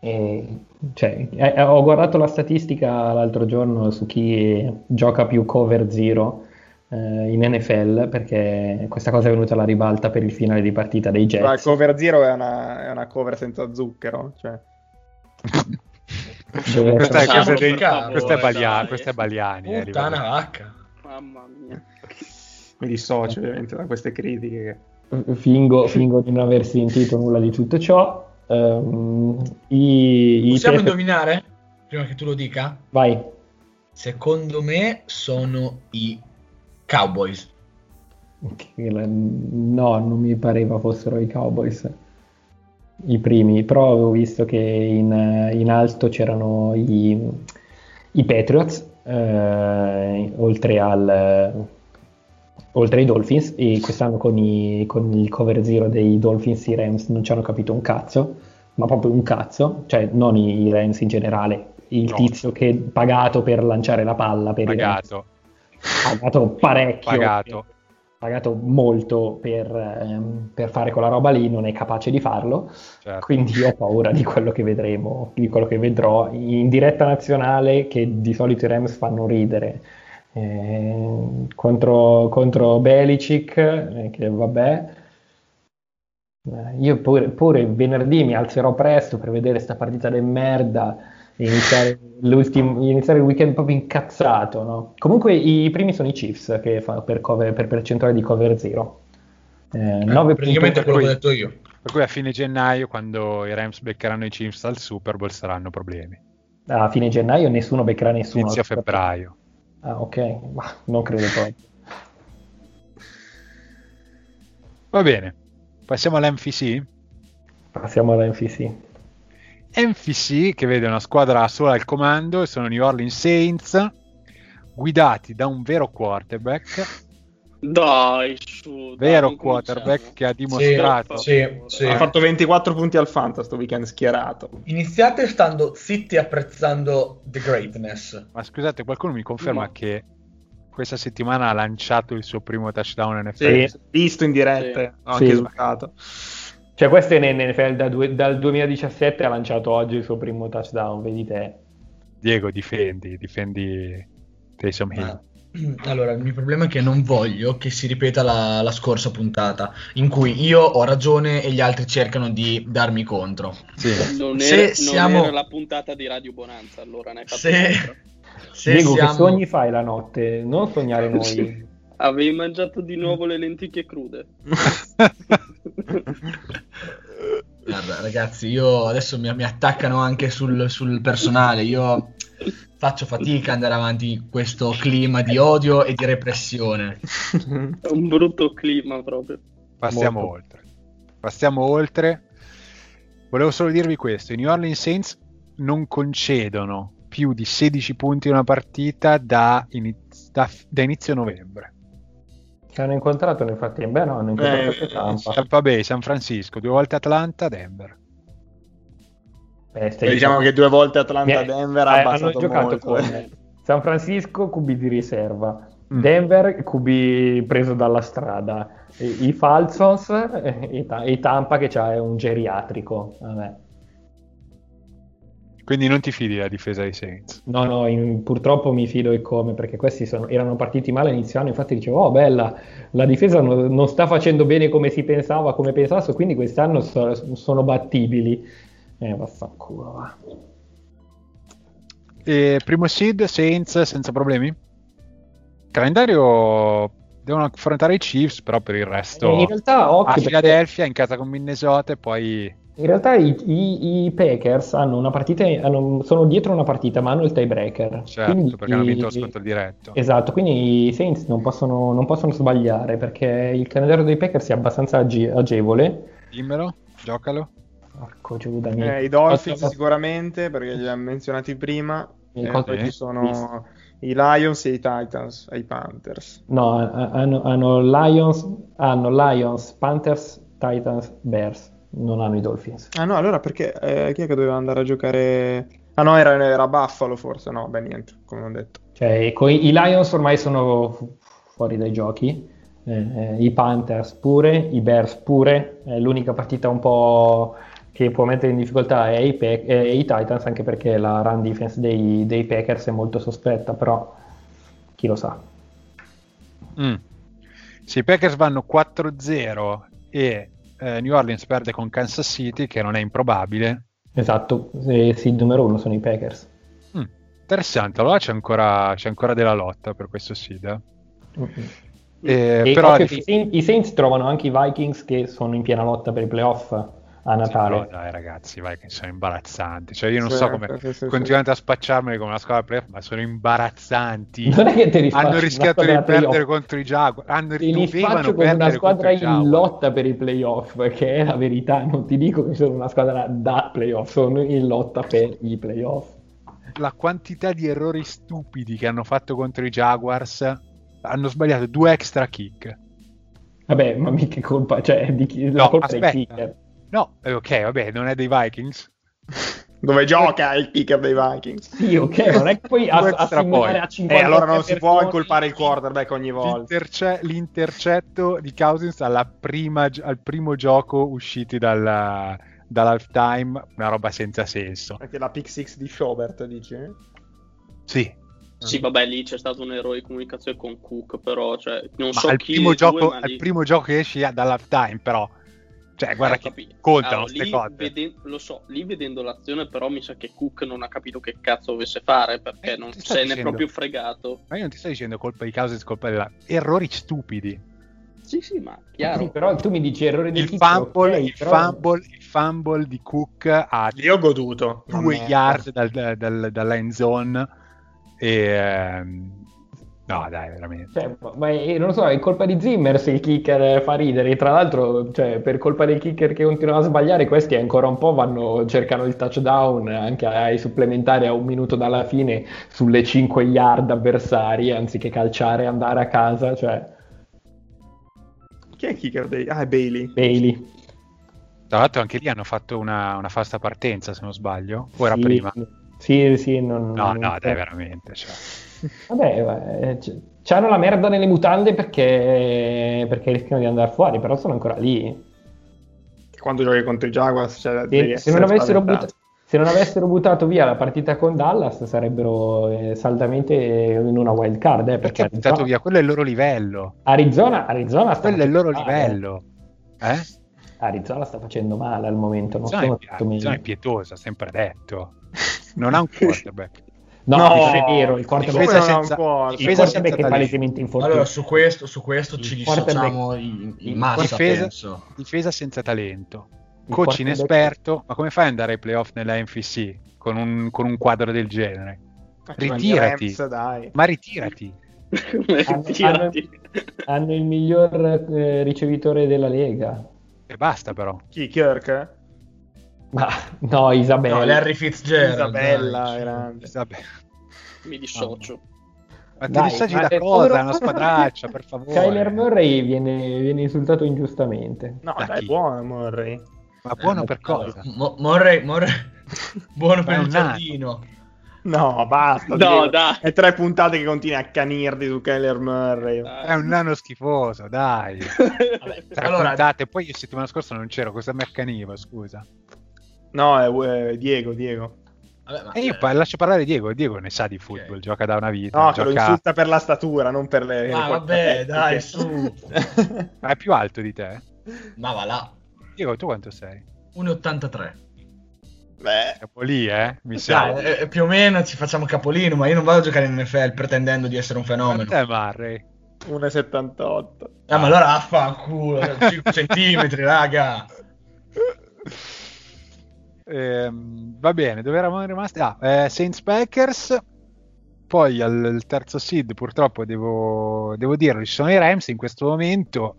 S4: E, cioè, eh, eh, ho guardato la statistica l'altro giorno su chi gioca più cover zero eh, in NFL perché questa cosa è venuta alla ribalta per il finale di partita dei
S5: La
S4: Jets.
S5: cover zero è una, è una cover senza zucchero. Cioè,
S4: Dove-
S2: questa, è,
S6: Facciamo
S2: questa, è dei-
S6: per favore,
S2: questa è Balia-
S6: dai.
S2: questa è Baliani. eh,
S3: Puttana
S2: ripeto.
S3: vacca.
S6: Mamma mia.
S5: mi dissocio ovviamente da queste critiche. che-
S4: Fingo, fingo di non aver sentito nulla di tutto ciò. Ehm, i, i
S3: Possiamo
S4: Patriots-
S3: indovinare? Prima che tu lo dica?
S4: Vai.
S3: Secondo me sono i Cowboys.
S4: Che la- No, non mi pareva fossero i Cowboys i primi, però avevo visto che in, eh, in alto c'erano i, i Patriots, eh, oltre al, oltre ai Dolphins, e quest'anno con, i- con il cover zero dei Dolphins i Rams non ci hanno capito un cazzo, ma proprio un cazzo, cioè non i Rams in generale, il
S2: No.
S4: tizio che è pagato per lanciare la palla per i Rams
S2: Pagato.
S4: pagato parecchio,
S2: Pagato.
S4: pagato molto per, ehm, per fare quella roba lì, non è capace di farlo,
S2: certo.
S4: quindi ho paura di quello che vedremo, di quello che vedrò in diretta nazionale che di solito i Rams fanno ridere. Eh, contro, contro Belichick, eh, che vabbè, Eh, io pure, pure venerdì mi alzerò presto per vedere sta partita del merda e iniziare, l'ultimo- iniziare il weekend proprio incazzato. no? Comunque i primi sono i Chiefs che fa per, cover- per percentuale di cover zero. Eh, 9.1.
S3: Praticamente quello che ho detto io.
S2: Per cui a fine gennaio, quando i Rams beccheranno i Chiefs al Super Bowl, saranno problemi.
S4: a fine gennaio nessuno beccherà nessuno.
S2: Inizio febbraio.
S4: Ah, ok, ma non credo proprio.
S2: Va bene, passiamo all'NFC.
S4: Passiamo alla NFC.
S2: NFC che vede una squadra sola al comando, e sono New Orleans Saints, guidati da un vero quarterback,
S6: Dai, su. dai,
S2: vero
S6: non cominciamo.
S2: quarterback che ha dimostrato
S6: Sì,
S3: Sì, sì.
S5: Ha fatto 24 punti al Fanta sto weekend schierato.
S3: Iniziate stando zitti e apprezzando The Greatness.
S2: Ma scusate, qualcuno mi conferma
S6: Ma-
S2: che questa settimana ha lanciato il suo primo touchdown NFL?
S5: Sì, visto in diretta,
S6: Sì.
S5: ho anche
S4: Sì.
S5: sbagliato.
S4: Cioè, questo è in NFL da due- dal 2017 ha lanciato oggi il suo primo touchdown, vedi te.
S2: Diego, difendi, difendi Taysom Hill.
S3: Ma Allora, il mio problema è che non voglio che si ripeta la, la scorsa puntata in cui io ho ragione e gli altri cercano di darmi contro.
S2: Sì.
S6: Non,
S3: Se
S6: era, non
S3: siamo-
S6: era la puntata di Radio Bonanza, allora ne hai fatto un'altra.
S3: Se, se
S4: Diego,
S3: siamo-
S4: che sogni fai la notte? Non sognare noi.
S6: Avevi mangiato di nuovo le lenticchie crude.
S3: Guarda, ragazzi, io adesso mi, mi attaccano anche sul, sul personale. Io faccio fatica ad andare avanti in questo clima di odio e di repressione.
S6: È un brutto clima proprio.
S2: Passiamo
S4: Molto.
S2: oltre. Passiamo oltre. Volevo solo dirvi questo: i New Orleans Saints non concedono più di 16 punti in una partita da, iniz- da- da inizio novembre.
S4: Ci hanno incontrato nel frattempo? Beh, no, hanno incontrato
S5: Eh,
S4: stampa.
S2: Tampa Bay, San Francisco, due volte Atlanta, Denver.
S4: Eh, stai-
S5: Beh, diciamo che due volte
S4: Eh,
S5: Atlanta-Denver
S4: eh,
S5: ha
S4: hanno
S5: abbassato
S4: giocato
S5: molto. eh.
S4: con San Francisco, QB di riserva,
S2: Mm.
S4: Denver, QB preso dalla strada, i i Falcons eh, e, Ta- e Tampa che c'ha eh, un geriatrico. Vabbè.
S2: Quindi non ti fidi della difesa dei Saints.
S4: No, no, in- purtroppo mi fido e come, perché questi sono- erano partiti male all'inizio anno, infatti dicevo, oh bella, la difesa no- non sta facendo bene come si pensava, come pensasse, quindi quest'anno so- sono battibili. Eh, vaffanculo, va.
S2: E primo seed, Saints senza problemi? Calendario devono affrontare i Chiefs, però per il resto
S4: Eh, In realtà,
S2: a
S4: occhio, perché-
S2: Philadelphia in casa con Minnesota e poi
S4: In realtà i, i- i Packers hanno una partita, hanno- sono dietro una partita, ma hanno il tiebreaker.
S2: certo,
S4: Quindi- eh,
S2: perché hanno vinto lo scontro diretto.
S4: Esatto, quindi i Saints non possono, non possono sbagliare perché il calendario dei Packers è abbastanza age- agevole.
S2: Dimmelo, giocalo.
S4: Porco Giudani.
S5: Eh, I Dolphins
S4: Cosa-
S5: sicuramente, perché li abbiamo menzionati prima.
S4: Il
S5: Eh,
S4: cosa-
S5: poi ci sono i Lions e i Titans e i Panthers.
S4: No, ha- hanno, hanno Lions, hanno Lions, Panthers, Titans, Bears. Non hanno i Dolphins.
S5: Ah no, allora perché eh, chi è che doveva andare a giocare? Ah no, era, era Buffalo forse, no, beh niente, come ho detto.
S4: Cioè, co- i Lions ormai sono fu- fuori dai giochi, eh, eh, i Panthers pure, i Bears pure, eh, l'unica partita un po' che può mettere in difficoltà è i, Pac- è i Titans, anche perché la run defense dei, dei Packers è molto sospetta, però chi lo sa.
S2: Mm. Se i Packers vanno 4-0 e eh, New Orleans perde con Kansas City, che non è improbabile.
S4: Esatto, eh, sì, il numero uno sono i Packers.
S2: Mm. Interessante, allora c'è ancora, c'è ancora della lotta per questo seed. eh.
S4: Mm-mm.
S2: Eh,
S4: E
S2: però
S4: occhio
S2: la
S4: che i,
S2: dif-
S4: Saints, i Saints trovano anche i Vikings che sono in piena lotta per i playoff
S2: No,
S4: a Natale.
S2: dai ragazzi, vai che sono imbarazzanti. Cioè io non
S5: Sì,
S2: so come
S5: sì, sì, sì.
S2: continuate a spacciarmeli come una squadra playoff, ma sono imbarazzanti.
S4: Non è che te li faccio
S2: Hanno
S4: una
S2: rischiato
S4: squadra
S2: di
S4: da playoff.
S2: perdere contro i Jaguar. Hanno
S4: Te li
S2: dovevano
S4: faccio come una
S2: perdere
S4: squadra
S2: contro eh. i Jaguar.
S4: in lotta per i playoff, che è la verità. Non ti dico che sono una squadra da playoff, sono in lotta per i playoff.
S2: la quantità di errori stupidi che hanno fatto contro i Jaguars hanno sbagliato due extra kick.
S4: Vabbè, ma mica che colpa, cioè, di chi, la
S2: No,
S4: colpa dei
S2: aspetta.
S4: kicker.
S2: No, eh, ok, vabbè, non è dei Vikings.
S5: Dove gioca il kicker dei Vikings?
S4: Sì, ok, ma non è che poi a,
S2: Due
S4: a
S2: extra
S4: simulare
S2: point.
S4: a 50
S5: Eh, allora non si può
S4: persone-
S5: incolpare il quarterback ogni volta.
S2: L'interce- l'intercetto di Cousins alla prima gi- al primo gioco usciti dalla, dall'halftime, una roba senza senso.
S5: Perché la pick six di Schobert, dici? eh?
S2: Sì,
S6: Sì, vabbè, lì c'è stato un errore di comunicazione con Cook, però cioè, non
S2: ma
S6: so
S2: al,
S6: chi
S2: primo
S6: dei due,
S2: gioco,
S6: ma
S2: al
S6: lì-
S2: primo gioco che esci dall'halftime, però. Cioè, guarda
S6: Eh,
S2: che
S6: capi-
S2: contano
S6: Allora,
S2: queste
S6: lì
S2: cose.
S6: vede- Lo so, lì vedendo l'azione, però mi sa che Cook non ha capito che cazzo dovesse fare perché
S2: Eh,
S6: non
S2: ti sto
S6: se ne è
S2: dicendo.
S6: proprio fregato.
S2: Ma io non ti sto dicendo colpa di Cousins, colpa della... Errori stupidi.
S6: Sì, sì, ma
S4: Sì,
S6: chiaro.
S4: però tu mi dici errore di
S2: il
S4: kicker,
S2: fumble,
S4: ok,
S2: il,
S4: però-
S2: fumble, il fumble di Cook a
S5: Lì ho goduto.
S2: due
S5: Mamma.
S2: yard dal, dal- dalla end zone. E, ehm, no, dai, veramente.
S4: Cioè, ma- ma è- non lo so, è colpa di Zimmer se il kicker fa ridere. Tra l'altro, cioè, per colpa del kicker che continuano a sbagliare, questi ancora un po' vanno, cercano il touchdown anche ai supplementari a un minuto dalla fine sulle 5 yard avversari, anziché calciare e andare a casa. Cioè,
S5: Chi è il kicker dei... Ah, è Bailey.
S4: Bailey.
S2: Tra l'altro, anche lì hanno fatto una, una falsa partenza. Se non sbaglio, o era
S4: Sì,
S2: prima?
S4: Sì, sì, non-
S2: No, no, dai, veramente. cioè.
S4: Vabbè, vabbè, c- c'hanno la merda nelle mutande perché, perché rischiano di andare fuori, però sono ancora lì.
S5: Quando giochi contro i Jaguars, cioè,
S4: Se,
S5: devi
S4: se non
S5: essere
S4: avessero
S5: spaventato.
S4: buttato, Se non avessero buttato via la partita con Dallas, sarebbero eh, saldamente in una wild card. Eh,
S2: perché ha buttato via? Quello è il loro livello.
S4: Arizona, Arizona
S2: sta Quello è il loro male. livello. Eh?
S4: Arizona sta facendo male al momento. Non
S2: Arizona, è, Arizona è pietosa, sempre detto. Non ha un quarterback.
S4: No, no, è vero, il quarterback,
S2: difesa
S4: senza,
S2: senza-
S4: il
S2: difesa
S4: quarterback
S2: senza
S4: è
S2: talento.
S4: palesemente infortunato.
S3: Allora, su questo, su questo ci
S4: Il quarterback-
S3: dissociamo in, in
S4: il
S3: massa,
S2: difesa-
S3: penso.
S2: difesa senza talento,
S4: Il
S2: coach
S4: quarterback-
S2: inesperto, ma come fai ad andare ai playoff nella NFC con un, con un quadro del genere? Ritirati.
S5: Rams, dai.
S2: Ma ritirati,
S4: Hanno-
S6: Tirati.
S4: Hanno il miglior eh, ricevitore della Lega.
S2: e basta però.
S5: Chi? Kirk?
S4: Ma no, Isabella.
S3: No, Larry Fitzgerald.
S5: Isabella,
S3: dai.
S5: grande.
S2: cioè, Vabbè.
S6: Mi
S2: Ah,
S6: dissocio.
S2: Ma ti
S4: Dai,
S2: dissaggi
S4: ma
S2: da
S4: è
S2: cosa?
S4: puro-
S2: Una spadraccia, per favore.
S4: Kyler Murray viene, viene insultato ingiustamente.
S5: No,
S2: Da
S5: dai,
S2: chi?
S5: buono Murray.
S2: Ma buono
S4: Eh,
S2: per
S3: Allora,
S2: cosa?
S3: Mo- Morrey, Morrey- buono per
S2: Ma è
S3: il
S2: un nato.
S3: giardino.
S5: No, basta.
S6: No,
S5: Diego.
S6: dai.
S5: È tre puntate che continui a canirti su Kyler Murray.
S2: È un nano schifoso, dai. Tre
S3: Allora-
S2: puntate, Poi io settimana scorsa non c'ero, cosa mi accaniva, scusa.
S5: No, è, è Diego, Diego.
S3: Vabbè, ma- eh,
S2: E io pa- lascio parlare Diego, Diego ne sa di football,
S3: Ok.
S2: gioca da una vita,
S5: No, che lo
S2: gioca-
S5: insulta per la statura, non per le...
S3: Ah,
S5: le
S3: vabbè,
S5: qualità
S3: dai, su.
S5: tecniche.
S2: ma è più alto di te.
S3: Ma va là.
S2: Diego, tu quanto sei?
S3: 1,83.
S5: Beh,
S2: Siamo lì, eh? Mi sa.
S3: Dai, eh, più o meno ci facciamo capolino, ma io non vado a giocare in NFL pretendendo di essere un fenomeno.
S2: Quant'è Murray?
S5: 1,78.
S3: Ah, ma allora affanculo, 5 centimetri, raga.
S2: Ehm, va bene, dove eravamo rimasti? Ah, eh, Saints Packers. Poi al, al terzo seed, purtroppo devo, devo dirlo, ci sono i Rams in questo momento.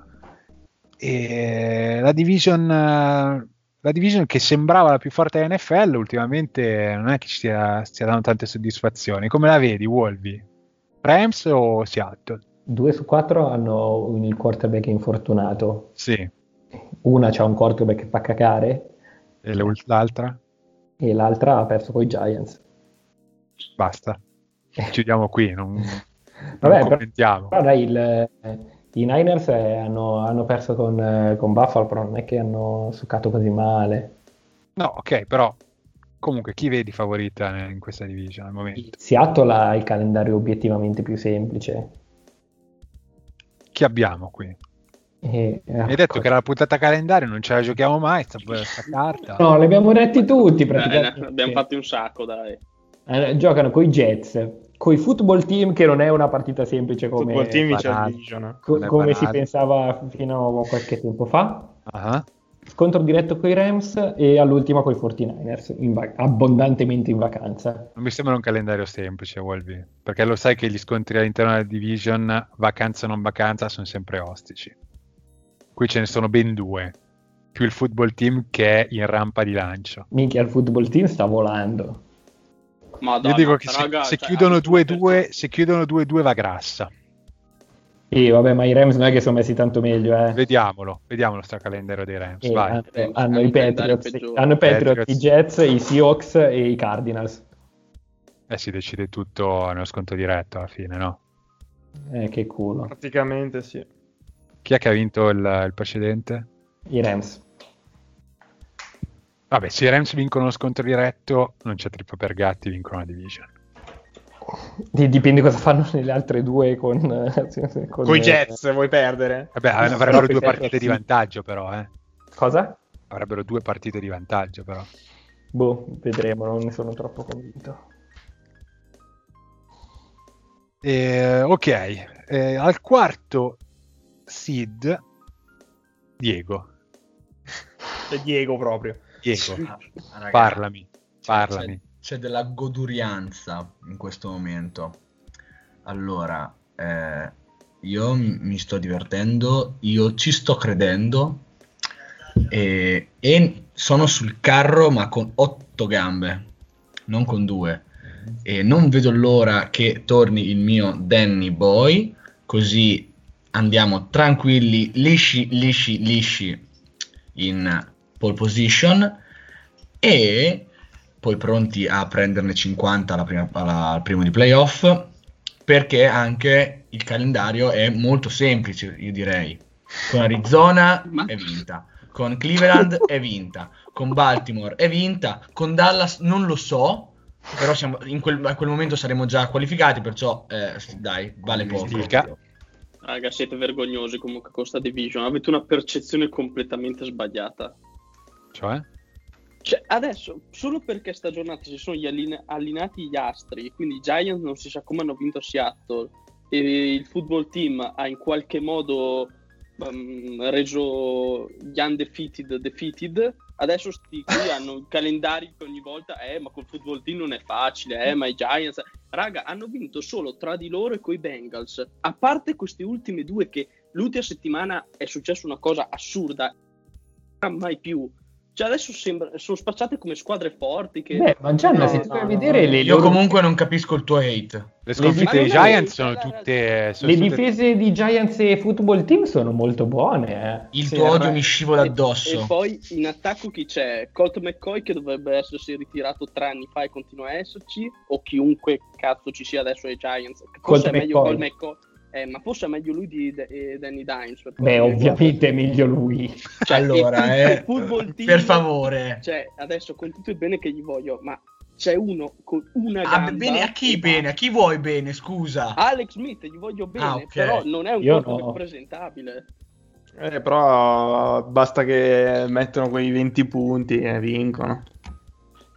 S2: E la division, eh, la division che sembrava la più forte della NFL, ultimamente non è che ci stia, stia dando tante soddisfazioni. Come la vedi, Wolby? Rams o Seattle?
S4: Due su quattro hanno un- il quarterback infortunato.
S2: Sì,
S4: Una c'ha un quarterback che fa cacare
S2: e l'ul- l'altra?
S4: e l'altra ha perso con i Giants.
S2: Basta. Chiudiamo qui, non, non
S4: Vabbè, però-
S2: commentiamo.
S4: Però dai, il- eh, i Niners eh, hanno, hanno perso con, eh, con Buffalo, però non è che hanno succato così male.
S2: No, ok, però comunque chi vedi favorita eh, in questa division al momento?
S4: Seattle ha il calendario obiettivamente più semplice.
S2: Chi abbiamo qui?
S4: E, eh,
S2: Mi hai detto che era la puntata calendario, non ce la giochiamo mai, sta, sta carta.
S4: No, li abbiamo detti tutti
S6: Dai,
S4: praticamente.
S5: Eh,
S6: ne Eh, abbiamo fatti un sacco, dai.
S4: Eh, giocano coi Jets, coi football team che non è una partita semplice come,
S5: Football team vince la
S2: banale.
S5: division.
S4: co-
S2: non è
S4: come si
S2: banale.
S4: pensava fino a qualche tempo fa.
S2: Ah,
S4: Scontro diretto coi Rams e all'ultima coi 49ers, in va- abbondantemente in vacanza.
S2: Non mi sembra un calendario semplice, Wolby, perché lo sai che gli scontri all'interno della division, vacanza o non vacanza, sono sempre ostici. Qui ce ne sono ben due, più il football team che è in rampa di lancio.
S4: Minchia, il football team sta volando.
S6: Madonna,
S2: Io dico che se,
S6: raga,
S2: se
S6: cioè,
S2: chiudono
S6: avete
S2: 2-2, se chiudono 2-2 va grassa.
S4: E vabbè, ma i Rams non è che sono messi tanto meglio, eh.
S2: Vediamolo, vediamolo sto calendario dei Rams,
S4: Eh,
S2: vai.
S4: hanno,
S6: Rams
S4: hanno
S6: hanno
S4: i
S6: il calendario
S4: Patriots,
S6: peggiore.
S4: hanno i Patriots,
S2: Patriots.
S4: i Jets, i Seahawks e i Cardinals.
S2: Eh, si decide tutto nello sconto diretto alla fine, no?
S4: Eh, che culo.
S5: Praticamente sì.
S2: Chi è che ha vinto il, il precedente?
S4: I Rams.
S2: Vabbè, se i Rams vincono lo sconto diretto, non c'è trippa per gatti, vincono la division.
S4: Di- Dipende cosa fanno nelle altre due con... con
S5: Coi
S4: eh,
S5: Jets vuoi perdere?
S2: Vabbè,
S4: Sì,
S2: avrebbero
S4: sì,
S2: due
S4: sì,
S2: partite
S4: sì.
S2: di vantaggio però, eh.
S4: Cosa?
S2: Avrebbero due partite di vantaggio però.
S4: Boh, vedremo, non ne sono troppo convinto.
S2: Eh, ok, eh, al quarto seed, Diego.
S5: C'è Diego proprio.
S2: Diego,
S3: Ah, raga.
S2: parlami,
S6: cioè,
S3: C'è-
S2: parlami.
S3: C'è, c'è della godurianza in questo momento. Allora, eh, io mi, mi sto divertendo, io ci sto credendo e, e sono sul carro ma con otto gambe, non con due. E non vedo l'ora che torni il mio Danny Boy, così andiamo tranquilli, lisci, lisci, lisci in pole position e poi pronti a prenderne 50 alla prima- alla- al primo di playoff perché anche il calendario è molto semplice io direi con Arizona
S6: Ma-
S3: è vinta Con Cleveland è vinta, con Baltimore è vinta, con Dallas non lo so, però siamo- in quel- a quel momento saremo già qualificati, perciò eh, dai, vale poco.
S2: Dica.
S6: Raga, siete vergognosi comunque con sta division. Avete una percezione completamente sbagliata.
S2: Cioè?
S6: Cioè, adesso, solo perché sta giornata si sono gli alline- allineati gli astri, quindi i Giants non si sa come hanno vinto a Seattle, e il football team ha in qualche modo ehm, reso gli undefeated defeated, adesso sti qui hanno calendari che ogni volta, eh, ma col football team non è facile, eh, ma i Giants... Raga, hanno vinto solo tra di loro e coi Bengals, a parte queste ultime due che l'ultima settimana è successa una cosa assurda, mai più. Cioè adesso sembra, sono spacciate come squadre forti che...
S4: Beh, ma Gianna,
S5: No,
S4: se
S5: no,
S4: tu vai a
S5: no,
S4: vedere le
S3: Io
S4: loro-
S3: comunque non capisco il tuo hate.
S2: Le sconfitte
S6: Le
S2: dei
S6: dif- Ah, no, no,
S2: Giants
S6: no,
S2: sono
S6: no, no,
S2: tutte... sono
S4: le
S2: tutte-
S4: difese di Giants e Football Team sono molto buone. eh.
S3: Il
S5: Sì,
S3: tuo
S5: vabbè.
S3: odio mi scivola addosso.
S6: E poi in attacco chi c'è? Colt McCoy che dovrebbe essersi ritirato tre anni fa e continua a esserci? O chiunque cazzo ci sia adesso ai Giants? Forse
S4: Colt
S6: è meglio
S4: McCoy.
S6: Colt McCoy. Eh, ma forse è meglio lui di D- eh, Danny Dimes. per
S4: Beh,
S6: quanto mi riguarda.
S4: ovviamente è meglio lui.
S6: Cioè,
S3: allora,
S6: e- e
S3: eh,
S6: football team-
S3: per favore.
S6: Cioè, adesso con tutto il bene che gli voglio, ma c'è uno con una
S3: Ah,
S6: gamba...
S3: bene, a chi
S6: e
S3: bene? A chi vuoi bene? Scusa.
S6: Alex Smith, gli voglio bene,
S3: Ah, ok.
S6: però non è un
S4: Io
S6: corpo
S4: no.
S6: presentabile.
S5: Eh, però basta che mettono quei 20 punti e vincono.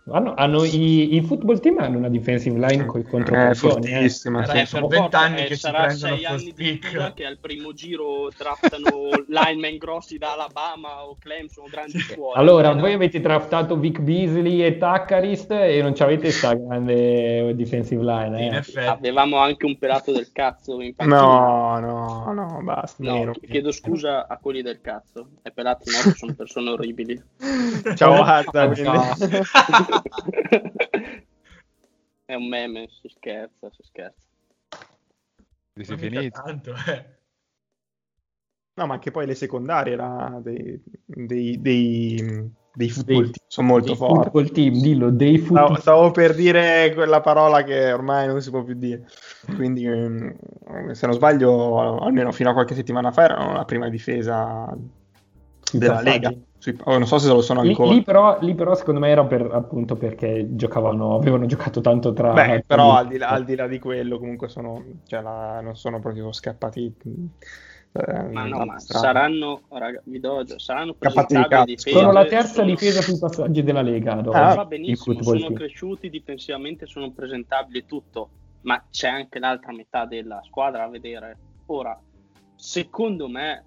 S4: Hanno, hanno i, i Football Team hanno una defensive line
S5: Eh,
S4: con i
S5: È
S4: controposizioni. eh.
S5: fortissima.
S3: Eh,
S5: sì.
S3: sono vent'anni
S6: Cioè, Eh,
S3: che si
S6: sarà
S3: prendono
S6: sei
S3: first
S6: anni di
S3: pick.
S6: fila che al primo giro draftano lineman grossi da Alabama o Clemson o grandi
S3: Sì.
S6: scuole.
S4: Allora,
S6: Eh,
S4: voi
S6: no.
S4: avete draftato Vic Beasley e Taccarist e non c'avete sta grande defensive line. eh.
S3: In effetti.
S6: avevamo anche un pelato del cazzo in panchina.
S5: No, no, no, basta.
S6: No,
S5: nero.
S6: chiedo scusa a quelli del cazzo. E pelati no, che sono persone orribili.
S5: Ciao Hazard.
S4: No.
S6: È un meme, si scherza, si scherza.
S2: Sì, sì,
S3: Ma mica
S2: finito.
S3: tanto, eh.
S5: No, ma anche poi le secondarie là, dei, dei, dei, dei football team sono molto
S4: Dei
S5: forti.
S4: Football Team, dillo, dei football
S5: Stavo, stavo per dire quella parola che ormai non si può più dire. Quindi, ehm, se non sbaglio, almeno fino a qualche settimana fa erano la prima difesa della
S4: passaggi.
S5: Lega. Sui- oh, non so se lo sono
S4: Lì,
S5: ancora.
S4: lì però, lì però secondo me era per, appunto perché giocavano, avevano giocato tanto tra...
S5: Beh, però al di, là, al di là di quello, comunque sono, cioè, la- non sono proprio scappati. eh,
S6: Ma no,
S5: dalla
S6: ma
S5: strada.
S6: saranno, raga, vi do, saranno
S5: Capaci di
S6: presentabili
S5: cazzo.
S6: difese,
S4: Sono la terza
S6: sono-
S4: difesa sui passaggi della Lega. dove-
S5: Ah,
S6: va benissimo,
S4: il football team.
S6: sono cresciuti difensivamente, sono presentabili e tutto, ma c'è anche l'altra metà della squadra a vedere. Ora, secondo me,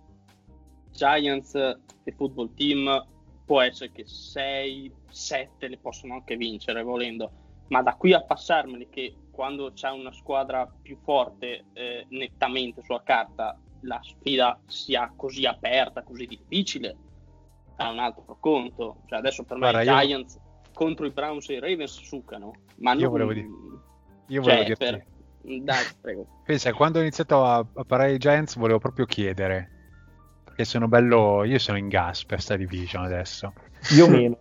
S6: Giants e football team può essere che 6, 7 le possono anche vincere volendo, ma da qui a passarmeli che quando c'è una squadra più forte eh, nettamente sulla carta la sfida sia così aperta, così difficile, è un altro conto. Cioè, adesso per me
S2: Guarda,
S6: i
S2: io-
S6: Giants contro i Browns e i Ravens succano, ma
S2: Io
S6: non-
S2: volevo dire- Io
S6: cioè,
S2: volevo dirti...
S6: per- Dai, prego.
S2: Pensa, quando ho iniziato a, a parlare di Giants volevo proprio chiedere. Perché sono bello. Io sono in gas per sta division adesso.
S4: Io meno.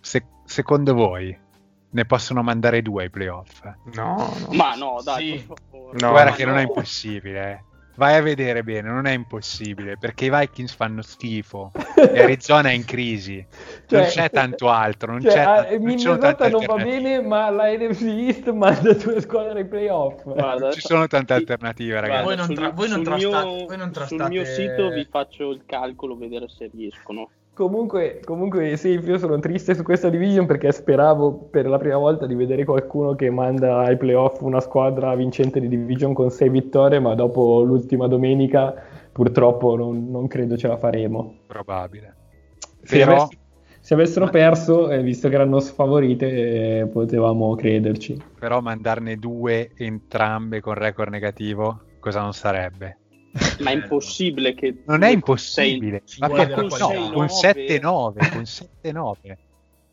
S2: Se- secondo voi ne possono mandare due ai playoff?
S5: No, no.
S6: Ma no, dai,
S3: Sì.
S6: per favore.
S5: No,
S2: Guarda
S5: ma
S2: che
S6: no.
S2: non è impossibile. eh. Vai a vedere bene, non è impossibile. Perché i Vikings fanno schifo. E
S4: Eh.
S2: Arizona è in crisi. non c'è tanto altro. Non
S4: Cioè,
S2: c'è,
S4: ah,
S2: non ci sono
S4: Minnesota
S2: tante
S4: non va
S2: alternative.
S4: bene, ma la NFC East manda due squadre ai playoff.
S6: Guarda,
S2: Non ci
S6: adesso-
S2: sono tante
S6: sì.
S2: alternative,
S6: Guarda,
S2: ragazzi.
S3: Voi non tra- voi non trastate- voi non
S6: sul
S3: trastate-
S6: mio sito vi faccio il calcolo vedere se riescono.
S4: Comunque, comunque sì, io sono triste su questa division perché speravo per la prima volta di vedere qualcuno che manda ai playoff una squadra vincente di division con 6 vittorie, ma dopo l'ultima domenica purtroppo non, non credo ce la faremo.
S2: Probabile.
S4: Se,
S2: Però-
S4: avess- se avessero perso, eh, visto che erano sfavorite, eh, potevamo crederci.
S2: Però mandarne due entrambe con record negativo, cosa non sarebbe?
S6: Ma è impossibile che...
S2: Eh, Non è
S6: sei-
S2: impossibile.
S3: ci
S2: Ma
S3: vuole
S2: per-
S3: della
S2: no,
S3: qualità.
S2: con 7-9,
S6: 6-9.
S2: con 7-9.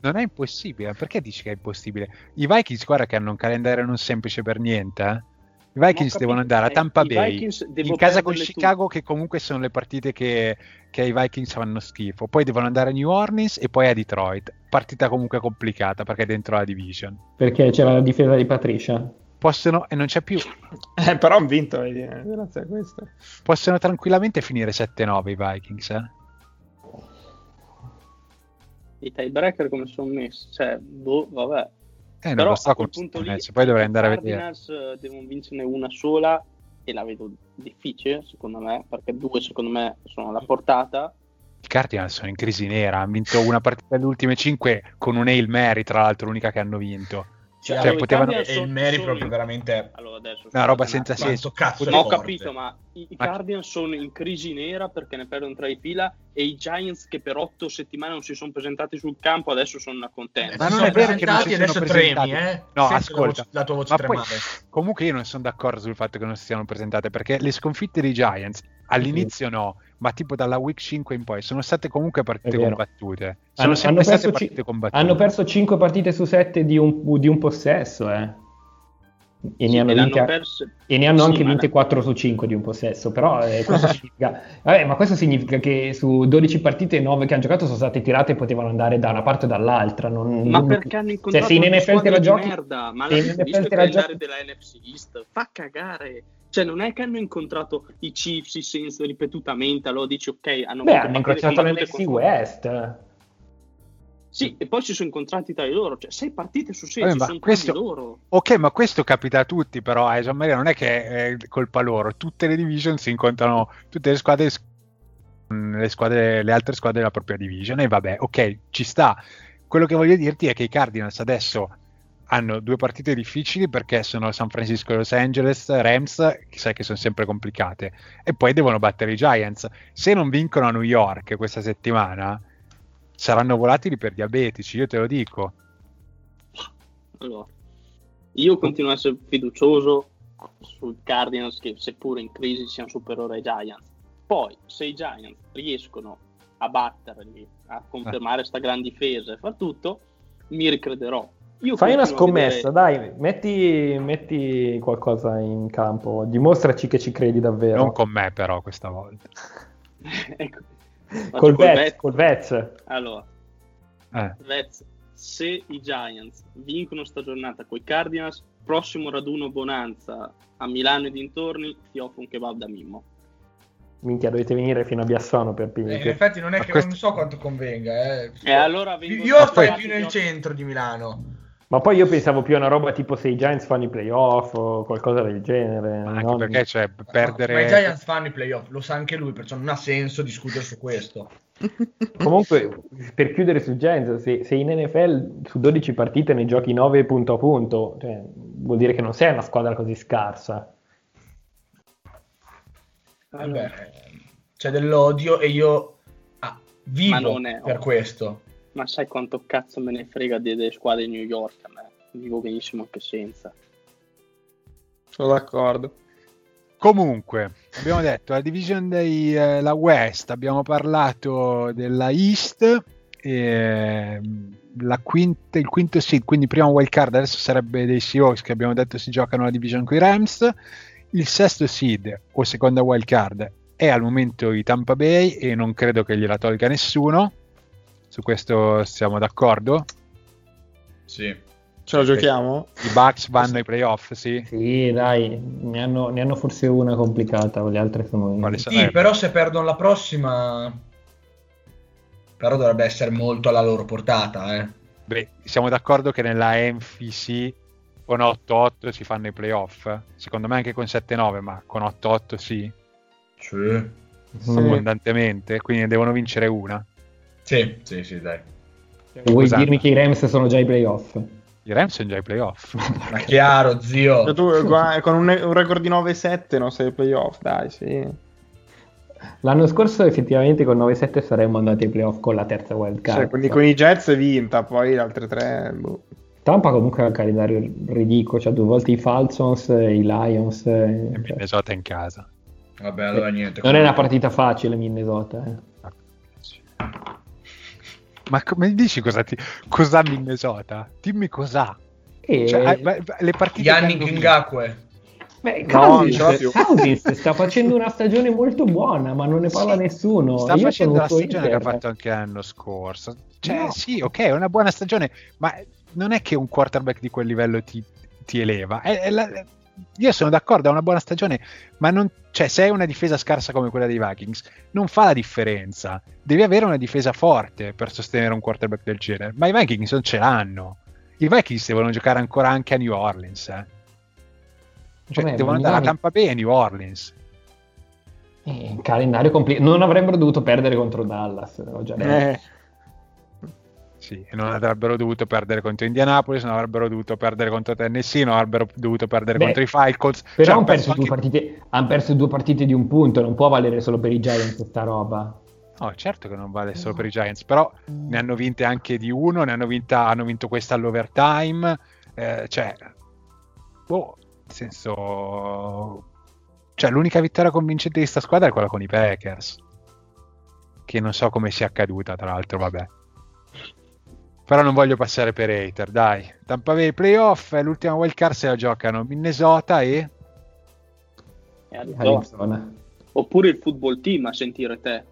S2: Non è impossibile. Perché dici che è impossibile? I Vikings, guarda che hanno un calendario non semplice per niente. eh. I
S6: Ma ho
S2: Vikings
S6: capito,
S2: devono andare a
S6: eh,
S2: Tampa
S6: i
S2: Bay,
S6: Vikings devo
S2: in casa con
S6: perderle tutte.
S2: Chicago, che comunque sono le partite che, che ai Vikings fanno schifo. Poi devono andare a New Orleans e poi a Detroit. Partita comunque complicata perché è dentro la division.
S4: Perché c'era la difesa di Patricia.
S2: Possono, e non c'è più,
S5: Eh, però hanno vinto, vedi, eh, grazie a questo.
S2: possono tranquillamente finire 7-9 i Vikings. eh.
S6: i tiebreaker come sono messi, cioè, boh, vabbè.
S2: Eh, non lo so
S6: a
S2: come
S6: quel
S2: punto
S6: punto lì,
S2: poi dovrei andare a
S6: i
S2: vedere.
S6: Cardinals eh, devono vincerne una sola e la vedo difficile, secondo me, perché due, secondo me, sono alla portata.
S2: I Cardinals sono in crisi nera, hanno vinto una partita delle ultime 5 con un Hail Mary, tra l'altro l'unica che hanno vinto.
S3: Cioè,
S2: Cioè,
S6: i
S2: potevano-
S3: e
S6: Cardinals
S3: il
S6: sono-
S3: Mary
S6: sono
S3: proprio
S6: in-
S3: veramente
S6: Allora, adesso,
S2: Una roba
S6: scusate un
S2: senza
S6: attimo.
S2: senso.
S3: quanto cazzo
S2: Ho
S3: è
S6: Ho
S3: forte.
S6: capito, ma i, i
S2: Ma-
S6: Guardians sono in crisi nera perché ne perdono tre di fila e i Giants che per otto settimane non si sono presentati sul campo adesso sono una
S3: Eh,
S6: contenta.
S2: Ma
S3: si
S2: non
S3: sono
S2: è vero che non si
S3: presentati e
S2: sono
S3: adesso
S2: presentati.
S3: tremi, eh?
S2: No,
S3: Sento la
S2: ascolta.
S3: voce- la tua voce
S2: Ma poi-
S3: tremare.
S2: Comunque io non sono d'accordo sul fatto che non si siano presentate, perché le sconfitte dei Giants all'inizio no, ma tipo dalla week 5 in poi sono state comunque
S4: È
S2: partite
S4: vero.
S2: combattute. Sono
S4: Hanno, hanno
S2: sempre state
S4: perso
S2: partite
S4: ci-
S2: combattute.
S4: hanno perso 5 partite su 7 di un, di un possesso, eh. E
S6: Sì,
S4: ne hanno,
S6: l'hanno
S4: vinte-
S6: perse.
S4: e ne hanno
S6: Sì,
S4: anche
S6: ma-
S4: vinte 4 su 5 di un possesso, però eh, questo significa... Vabbè, ma questo significa che su 12 partite 9 che hanno giocato sono state tirate e potevano andare da una parte o dall'altra. non-
S6: Ma
S4: non-
S6: perché hanno incontrato
S4: se in
S6: delle
S4: NFL te
S6: squadre
S4: la
S6: di
S4: giochi-
S6: merda? Ma
S4: se
S6: la
S4: in
S6: visto
S4: NFL te
S6: che
S4: la
S6: è l'area
S4: giochi-
S6: della NFC East? Fa cagare. Cioè, non è che hanno incontrato i Chiefs, i Saints ripetutamente, allora dici ok, hanno
S4: Beh, hanno
S6: fatto partite
S4: incrociato
S6: combattute
S4: l'NFC
S6: con-
S4: West.
S6: Sì, e poi si sono incontrati tra di loro, cioè sei partite su sei,
S2: Vabbè,
S6: ci
S2: ma
S6: sono tra
S2: questo-
S6: di loro.
S2: Ok, ma questo capita a tutti, però, eh, Gian Maria, non è che è colpa loro. Tutte le division si incontrano, tutte le squadre, mm, le, squadre, le altre squadre della propria division. E vabbè, ok, ci sta. Quello che voglio dirti è che i Cardinals adesso hanno due partite difficili perché sono San Francisco e Los Angeles, Rams, che sai che sono sempre complicate, e poi devono battere i Giants. Se non vincono a New York questa settimana, saranno volatili per diabetici, io te lo dico.
S6: Allora, io continuo a essere fiducioso sul Cardinals che seppure in crisi siano superiori ai Giants. Poi, se i Giants riescono a batterli, a confermare sta gran difesa e far tutto, mi ricrederò. Io
S4: Fai una
S6: continuo a vedere-
S4: scommessa, dai, metti, metti qualcosa in campo, dimostraci che ci credi davvero.
S2: Non con me, però, questa volta.
S6: Ecco. Faccio
S4: col Vets,
S6: bet.
S4: col Vets.
S6: Allora,
S2: Eh.
S6: Reds, se i Giants vincono sta giornata con i Cardinals, prossimo raduno Bonanza a Milano e dintorni, ti offro un kebab da Mimmo.
S4: Minchia, dovete venire fino a Biassano per
S3: Eh, in
S4: Pinky.
S3: effetti non è
S2: Ma
S3: che
S2: questo-
S3: non so quanto convenga. Eh.
S6: E allora vengo-
S3: io sto
S6: poi-
S3: più nel centro di Milano.
S4: Ma poi io pensavo più a una roba tipo se i Giants fanno i playoff o qualcosa del genere.
S2: Ma anche
S4: non-
S2: perché cioè, perdere
S3: Ma i Giants fanno i playoff, lo sa anche lui, perciò non ha senso discutere su questo.
S4: Comunque, per chiudere su Giants, se, se in NFL su 12 partite ne giochi 9 punto a punto, cioè, vuol dire che non sei una squadra così scarsa.
S6: Eh
S3: Vabbè, c'è dell'odio e io ah,
S6: Ma
S3: vivo
S6: non è-
S3: per questo.
S6: Ma sai quanto cazzo me ne frega de- delle squadre di New York a me? Vivo benissimo anche senza.
S5: Sono d'accordo.
S2: Comunque, abbiamo detto la division della West, abbiamo parlato della East, e, mm, la quinta- il quinto seed, quindi prima wild card, adesso sarebbe dei Seahawks che abbiamo detto si giocano la division con i Rams, il sesto seed o seconda wild card è al momento i Tampa Bay e non credo che gliela tolga nessuno, su questo siamo d'accordo,
S3: Sì.
S5: Ce la giochiamo?
S2: i Bucks vanno ai playoff, sì?
S4: Sì, dai, ne hanno, ne hanno forse una complicata, le altre sono...
S2: Quale
S3: Sì,
S2: sarebbe?
S3: però se perdono la prossima... Però dovrebbe essere molto alla loro portata, eh.
S2: Beh, siamo d'accordo che nella NFC con 8-8 si fanno i playoff? Secondo me anche con 7-9, ma con 8-8 sì,
S3: Sì.
S4: Mm.
S2: abbondantemente, quindi ne devono vincere una.
S3: Sì, sì, sì, dai.
S4: Vuoi
S2: Scusate.
S4: dirmi che i Rams sono già ai playoff?
S2: I Rams sono già ai playoff.
S3: Ma chiaro, zio.
S5: Cioè, tu gua- con un, un record di 9-7 non sei ai playoff, dai, sì.
S4: L'anno scorso effettivamente con 9-7 saremmo andati ai playoff con la terza wild card.
S5: Cioè, quindi con i Jets è vinta, poi le altre tre... boh.
S4: Tampa comunque ha un calendario ridicolo, cioè due volte i Falcons, eh, i Lions. eh,
S2: E
S4: cioè,
S2: Minnesota in casa.
S3: Vabbè, allora niente.
S4: Non è una partita facile Minnesota. eh.
S2: Ma come dici cosa ti... Cos'ha Minnesota? Dimmi cos'ha.
S4: E...
S2: Cioè, hai- ma- ma- le partite... che
S3: Yannick
S2: hanno vinto-
S3: Ngakwe.
S4: Beh,
S5: No, non ce l'ha
S4: Cousins,
S5: più.
S4: Cousins sta facendo una stagione molto buona, ma non ne parla nessuno.
S2: Sta
S4: Io
S2: facendo la
S4: conosco
S2: stagione che ha
S4: Inter.
S2: fatto anche l'anno scorso. Cioè,
S4: No.
S2: sì, ok, è una buona stagione, ma non è che un quarterback di quel livello ti, ti eleva. È- è la- io sono d'accordo, ha una buona stagione, ma non, cioè, se hai una difesa scarsa come quella dei Vikings, non fa la differenza. Devi avere una difesa forte per sostenere un quarterback del genere. Ma i Vikings non ce l'hanno. I Vikings devono giocare ancora anche a New Orleans. Eh. Cioè, Come devono andare Milano... a Tampa Bay e New Orleans.
S4: Eh, calendario completo. Non avrebbero dovuto perdere contro Dallas, eh.
S2: Sì, non avrebbero dovuto perdere contro Indianapolis, non avrebbero dovuto perdere contro Tennessee, non avrebbero dovuto perdere Beh, contro i Falcons.
S4: Però cioè, hanno, perso anche... partite, hanno perso due partite di un punto, non può valere solo per i Giants questa roba.
S2: No, certo che non vale solo per i Giants, però ne hanno vinte anche di uno, ne hanno, vinta, hanno vinto questa all'overtime, eh, cioè, boh, nel senso, cioè l'unica vittoria convincente di questa squadra è quella con i Packers, che non so come sia accaduta, tra l'altro, vabbè. Però non voglio passare per hater, dai. Tampa Bay playoff, eh, l'ultima wild card se la giocano Minnesota e...
S6: e
S4: Ah,
S6: Arizona. Oppure il football team a sentire te.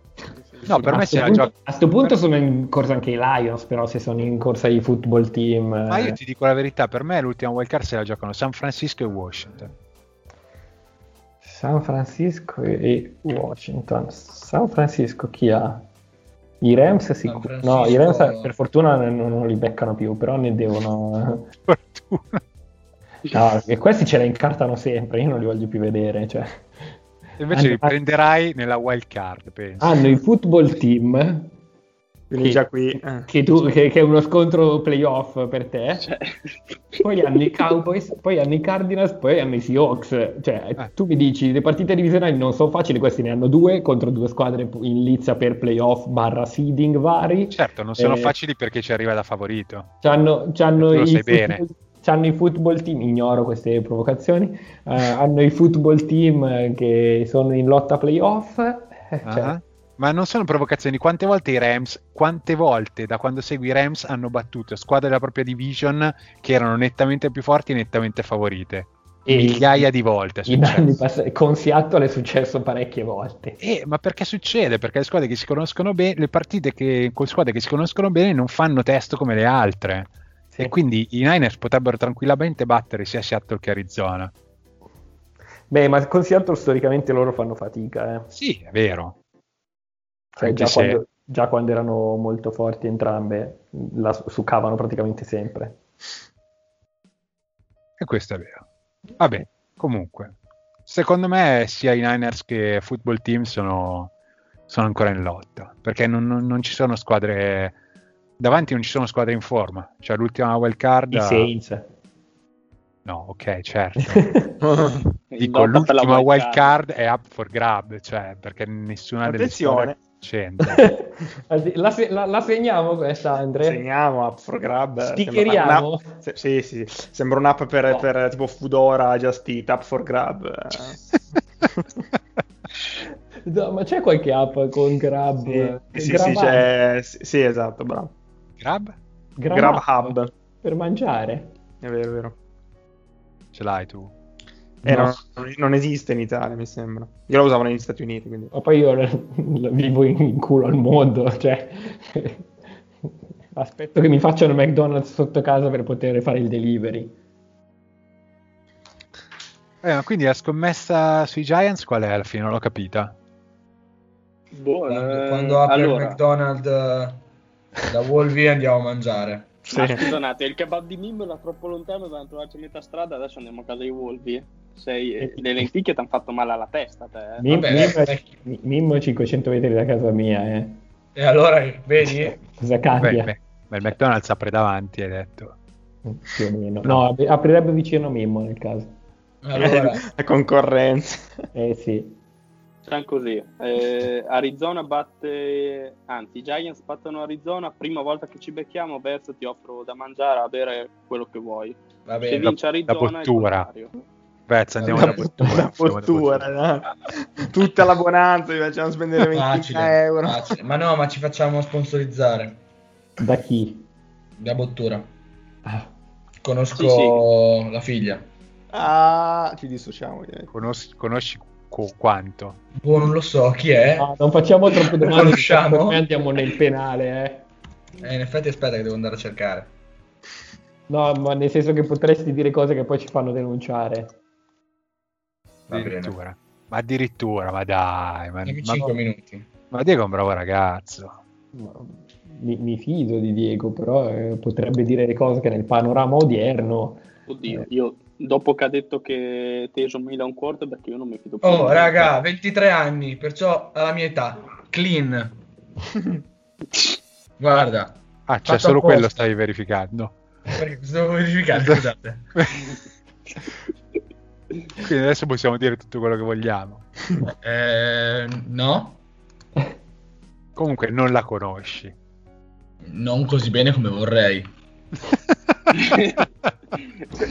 S2: No, per
S4: a
S2: me
S4: se
S2: punto, la gioca.
S4: A questo punto sono in corsa anche i Lions, però se sono in corsa i football team. eh.
S2: Ma io ti dico la verità, per me l'ultima wildcard se la giocano San Francisco e Washington.
S4: San Francisco e Washington. San Francisco chi ha? I Rams sicuro. Francisco... No, i Rams per fortuna non, non, li beccano più, però ne devono. fortuna. No, e questi ce la incartano sempre, io non li voglio più vedere. Cioè.
S2: Invece hanno, li prenderai nella wild card, penso.
S4: Hanno il football team.
S5: Quindi che, già qui.
S4: Eh. Che, tu, che, che, è uno scontro playoff per te. Cioè. Poi hanno i Cowboys, poi hanno i Cardinals, poi hanno i Seahawks. Cioè, eh. tu mi dici, le partite divisionali non sono facili, questi ne hanno due contro due squadre in lizza per playoff barra seeding vari.
S2: Certo, non sono eh. facili perché ci arriva da favorito.
S4: C'hanno, c'hanno lo sai bene hanno i football team, ignoro queste provocazioni, eh, hanno i football team che sono in lotta playoff. Eh,
S2: cioè. ah, ma non sono provocazioni, quante volte i Rams, quante volte da quando segui i Rams hanno battuto squadre della propria division che erano nettamente più forti e nettamente favorite? E Migliaia di volte.
S4: Pass- con Seattle è successo parecchie volte.
S2: Eh, ma perché succede? Perché le squadre che si conoscono bene, le partite che, con squadre che si conoscono bene non fanno testo come le altre. E quindi i Niners potrebbero tranquillamente battere sia Seattle che Arizona.
S4: Beh, ma con Seattle storicamente loro fanno fatica. Eh.
S2: Sì, è vero.
S4: Cioè, già, se... quando, già, quando, erano molto forti entrambe, la succavano praticamente sempre.
S2: E questo è vero. Vabbè, comunque, secondo me sia i Niners che football team sono, sono ancora in lotta, perché non, non, non ci sono squadre davanti non ci sono squadre in forma. Cioè, l'ultima wild card.
S4: I Saints.
S2: No, ok, certo. Dico, l'ultima wild card è up for grab, cioè, perché nessuna
S5: Attenzione.
S2: delle
S4: squadre la, se- la, la, segniamo eh, questa, Andrea?
S5: Segniamo up for grab.
S4: Stickeriamo.
S5: Se- sì, sì, sembra un'app per, no. per tipo Fudora, Just Eat, up for grab.
S4: No, ma c'è qualche app con Grab?
S5: Eh, Sì, sì, sì, c'è, sì esatto, bravo.
S2: Grab?
S5: Grab, grab Hub. Hub.
S4: Per mangiare.
S5: È vero, è vero.
S2: Ce l'hai tu?
S5: Eh, no. non, non, esiste in Italia, mi sembra. Io la usavo negli Stati Uniti, quindi.
S4: Ma poi io vivo in, culo al mondo, cioè... Aspetto che mi facciano McDonald's sotto casa per poter fare il delivery.
S2: Eh, quindi la scommessa sui Giants qual è alla fine? Non l'ho capita.
S6: Boh,
S3: Buona. Quando,
S6: eh,
S3: quando apre allora. il McDonald's da Wolvie andiamo a mangiare.
S6: Sì. Ah, scusate, il kebab di Mimmo era troppo lontano, dovevamo trovarci a metà strada, adesso andiamo a casa dei Wolvie. Sei, eh, le lenticchie ti hanno fatto male alla testa. Te. eh.
S4: Mim, Vabbè, Mimmo, Mimmo è 500 metri da casa mia. Eh.
S3: E allora, vedi?
S4: Cosa
S5: Ah,
S4: cambia?
S2: Beh, beh, il McDonald's apre davanti, hai detto.
S4: Più o meno. No, aprirebbe vicino a Mimmo nel caso.
S5: Allora. la concorrenza.
S4: Eh sì.
S6: Tran così, eh, Arizona batte, anzi i Giants battono Arizona, prima volta che ci becchiamo verso ti offro da mangiare, a bere quello che vuoi.
S2: Va bene, Se vince Arizona la bottura. Pezzo, andiamo alla bottura.
S5: La eh. bottura, no? Tutta la bonanza, ci facciamo spendere 20 euro. Facile.
S3: Ma no, ma ci facciamo sponsorizzare.
S4: Da chi?
S3: Da bottura. Ah. Conosco sì, sì. la figlia.
S5: Ah, ci dissociamo.
S2: Conosci, conosci co- quanto?
S3: Boh, non lo so chi è.
S4: Ah, non facciamo troppe domande. Conosciamo. Andiamo nel penale.
S3: Eh. eh. in effetti, aspetta, che devo andare a cercare.
S4: No, ma nel senso che potresti dire cose che poi ci fanno denunciare.
S3: Va bene.
S2: Addirittura. Ma addirittura, ma dai. Ma,
S3: Dammi
S2: ma-
S3: 5 minuti.
S2: ma Diego è un bravo ragazzo.
S4: Ma Mi, mi fido di Diego, però eh, potrebbe dire le cose che nel panorama odierno...
S2: Eh.
S6: Oddio, io dopo che ha detto che Teso mi dà un quarterback, io non mi fido più.
S3: Oh, raga, 23 anni, perciò alla mia età. Clean. Guarda,
S2: Ah,
S3: Fatto
S2: c'è solo
S3: apposta.
S2: quello stai verificando.
S3: perché cosa devo verificare, scusate.
S2: Quindi adesso possiamo dire tutto quello che vogliamo.
S3: Eh, no,
S2: Comunque non la conosci.
S3: non così bene come vorrei.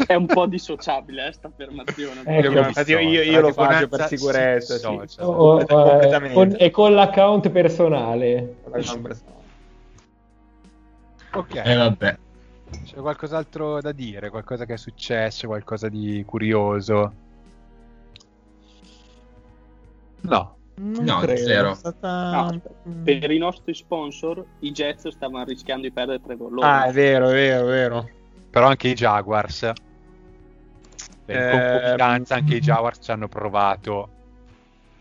S6: È un po' dissociabile eh, sta affermazione.
S4: Eh,
S6: perché-
S4: guarda,
S5: infatti io- io- io lo faccio per sicurezza, sì. Oh,
S4: O- o- eh,
S5: completamente.
S4: con- e con l'account personale.
S5: Con la gamba destra.
S2: Ok,
S3: Eh, vabbè.
S2: c'è qualcos'altro da dire? Qualcosa che è successo? Qualcosa di curioso? No.
S9: Non
S3: No,
S9: credo,
S3: zero.
S9: È
S6: No,
S9: stata...
S6: aspetta. Per i nostri sponsor, i Jets stavano rischiando di perdere
S5: Ah,
S6: Trevor
S5: è
S6: Lawrence.
S5: vero, è vero, è vero.
S2: Però anche i Jaguars. Per
S5: Eh,
S2: concomitanza anche i Jaguars ci hanno provato.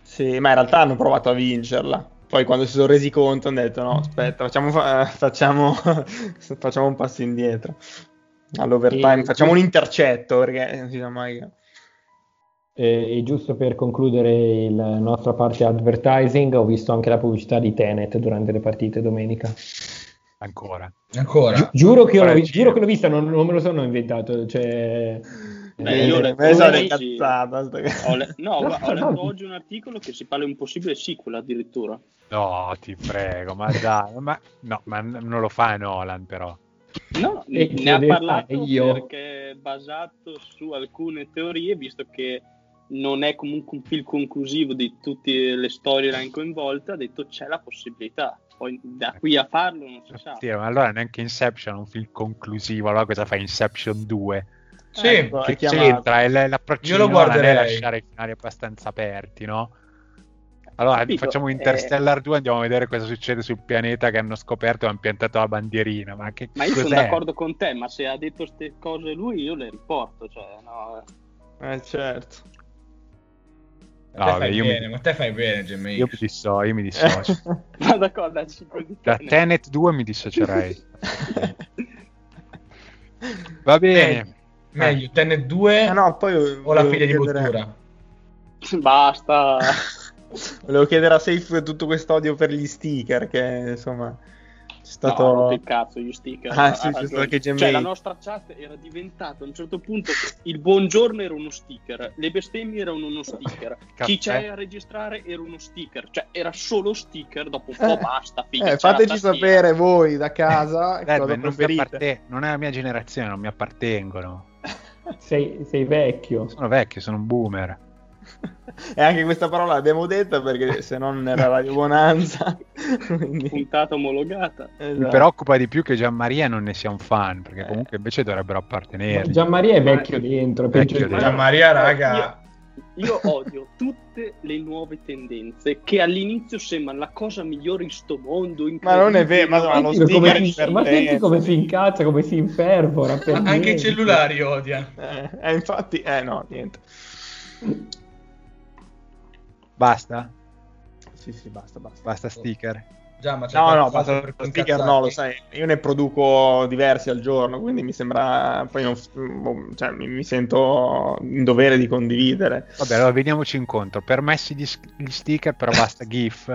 S5: Sì, ma in realtà hanno provato a vincerla. Poi quando si sono resi conto hanno detto no, aspetta, facciamo, fa- eh, facciamo, facciamo un passo indietro.
S6: Mm.
S5: All'overtime,
S4: E-
S5: facciamo un intercetto perché non si sa mai. che-
S4: Eh, E giusto per concludere il- la nostra parte advertising, ho visto anche la pubblicità di Tenet durante le partite domenica.
S2: Ancora.
S3: Ancora.
S4: Giuro che, io l'ho, vi-
S2: Parecchio.
S4: giuro che l'ho vista, non, non me lo sono inventato. Cioè,
S6: Beh, io
S5: Eh,
S6: le-
S5: me ne sono
S6: oggi-
S5: incazzata, sta cosa.
S6: Ho le- no, ho, ho letto oggi un articolo che si parla di un possibile sequel addirittura.
S2: No, ti prego, ma dai. Ma, no, ma n- non lo fa Nolan però.
S6: No,
S4: E
S6: ne,
S4: chi
S6: ne ha
S4: deve
S6: parlato
S4: fare io?
S6: perché è basato su alcune teorie, visto che non è comunque un film conclusivo di tutte le storyline coinvolte, ha detto c'è la possibilità. Poi da qui a farlo non si sa.
S2: Sì, ma allora neanche Inception è un film conclusivo. Allora cosa fa Inception 2?
S3: Sì,
S5: Ecco, è
S2: che
S5: chiamato.
S2: c'entra è l- l'approccio
S3: Io lo
S2: di Nolan è
S3: guarderei.
S2: lasciare i finali abbastanza aperti no? allora
S6: Capito,
S2: facciamo
S6: eh.
S2: Interstellar 2 andiamo a vedere cosa succede sul pianeta che hanno scoperto e hanno piantato la bandierina ma che
S6: Ma io sono
S2: cos'è?
S6: d'accordo con te, ma se ha detto queste cose lui io le riporto. Cioè, no,
S5: Eh, certo.
S3: Ma
S2: No,
S3: te fai
S2: beh, io mi-
S3: bene, ma te fai bene, Jimmy.
S2: io mi disso- io mi dissocio
S6: ma d'accordo, dai, cinque di
S2: da
S6: Tenet.
S2: Tenet 2 mi dissocierei va bene
S3: Meglio, Tenet 2
S5: Eh, no, poi
S3: o la
S5: volevo
S3: figlia di
S5: chiedere-
S3: Bottura.
S6: Basta.
S5: Volevo chiedere a Safe tutto quest'odio per gli sticker che insomma c'è stato
S6: No, ha rotto il cazzo, gli sticker.
S5: Ah,
S6: Ha
S5: sì, c'è
S6: ragione.
S5: stato anche Gmail.
S6: Cioè, la nostra chat era diventata a un certo punto il buongiorno era uno sticker, le bestemmie erano uno sticker, chi c'è
S5: eh.
S2: Caffè.
S6: a registrare era uno sticker, cioè era solo sticker, dopo un po'
S5: Eh,
S6: basta, figa,
S5: Eh,
S6: c'è la
S5: fateci
S6: tastiera.
S5: sapere voi da casa
S2: Dai,
S5: cosa
S2: beh, non, mi
S5: preferite.
S2: apparte- non è la mia generazione non mi appartengono
S4: sei, sei vecchio.
S2: sono vecchio sono un boomer
S5: E anche questa parola l'abbiamo detta perché se no non era Radio Bonanza. Quindi,
S6: Puntata omologata.
S2: mi
S5: esatto.
S2: preoccupa di più che Gianmaria non ne sia un fan perché comunque invece dovrebbero appartenergli
S4: Gianmaria è vecchio dentro. è
S2: Vecchio
S4: peggio di-
S2: dentro.
S3: Maria,
S6: Io- Io odio tutte le nuove tendenze che all'inizio sembrano la cosa migliore in sto mondo.
S5: Ma non è vero,
S6: incredibile,
S5: ma no, lo
S4: Senti come
S5: sticker
S4: si- ma senti
S5: divertente.
S4: come si incazza, come si impervora. per
S3: Ma anche i
S4: niente.
S3: cellulari odia.
S5: Eh, eh, infatti, eh no, niente.
S2: basta?
S5: Sì, sì, basta, basta.
S2: Basta sticker.
S3: Già, ma c'è
S5: No, no,
S3: qualcos'altro
S5: basta
S3: per
S5: per
S3: cui
S5: sticker no, lo sai, io ne produco diversi al giorno, quindi mi sembra, poi non, boh, cioè, mi, mi sento in dovere di condividere.
S2: Vabbè, allora veniamoci incontro. Permessi gli, s- gli sticker, però basta GIF.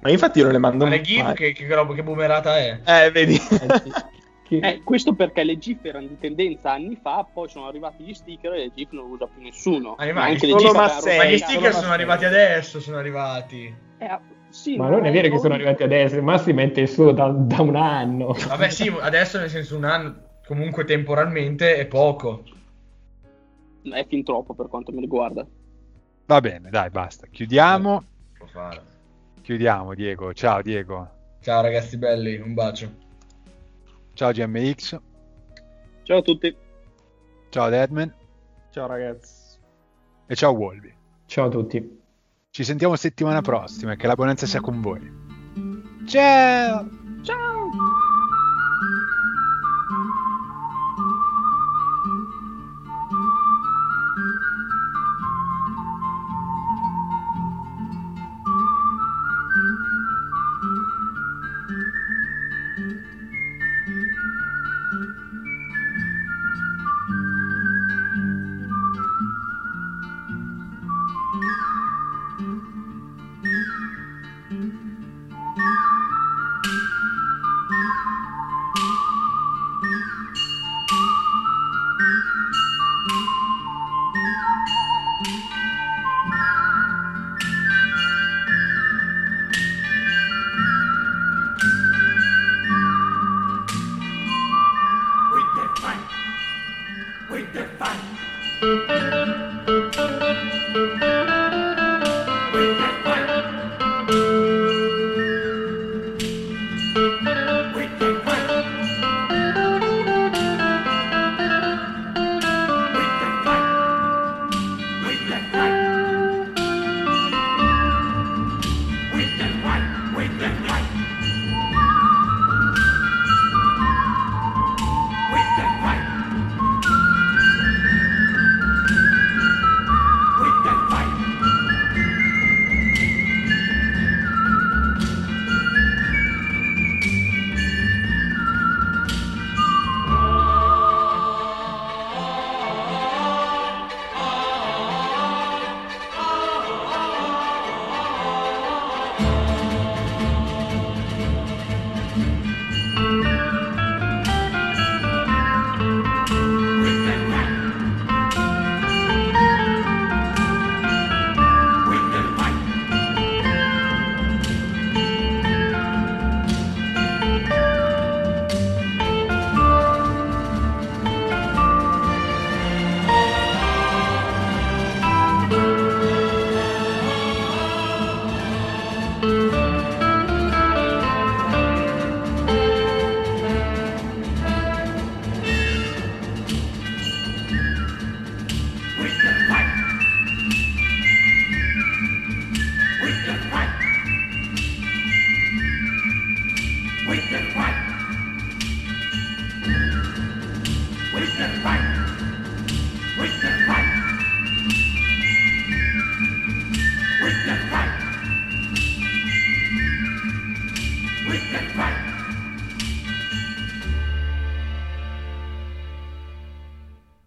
S5: Ma infatti io non le mando
S3: Ma le
S5: mai.
S3: GIF che, che, roba- che boomerata è?
S5: Eh, vedi.
S4: Che-
S6: Eh, questo perché le GIF erano di tendenza anni fa, poi sono arrivati gli sticker e le GIF non le usa più nessuno.
S3: Ah,
S6: Ma
S3: ma
S6: anche le
S5: solo
S6: GIF
S5: ma
S6: avevano
S5: sei,
S3: ma
S6: rotto
S3: gli
S6: il
S3: sticker
S6: cazzo.
S3: sono arrivati adesso, sono arrivati.
S6: Eh, ah, sì,
S4: Ma non è vero che
S6: poi-
S4: sono arrivati adesso, ma si mette il suo da, da un anno.
S3: Vabbè, sì, adesso nel senso un anno, comunque temporalmente è poco.
S6: È fin troppo per quanto mi riguarda.
S2: Va bene, dai, basta. Chiudiamo.
S3: Può fare.
S2: Chiudiamo, Diego. Ciao, Diego.
S3: Ciao ragazzi belli, un bacio.
S2: Ciao, GMX.
S6: Ciao a tutti.
S2: Ciao, Deadman.
S5: Ciao ragazzi.
S2: E ciao, Wolby.
S4: Ciao a tutti.
S2: Ci sentiamo settimana prossima. e Che la buonanza sia con voi. Ciao!
S1: Thank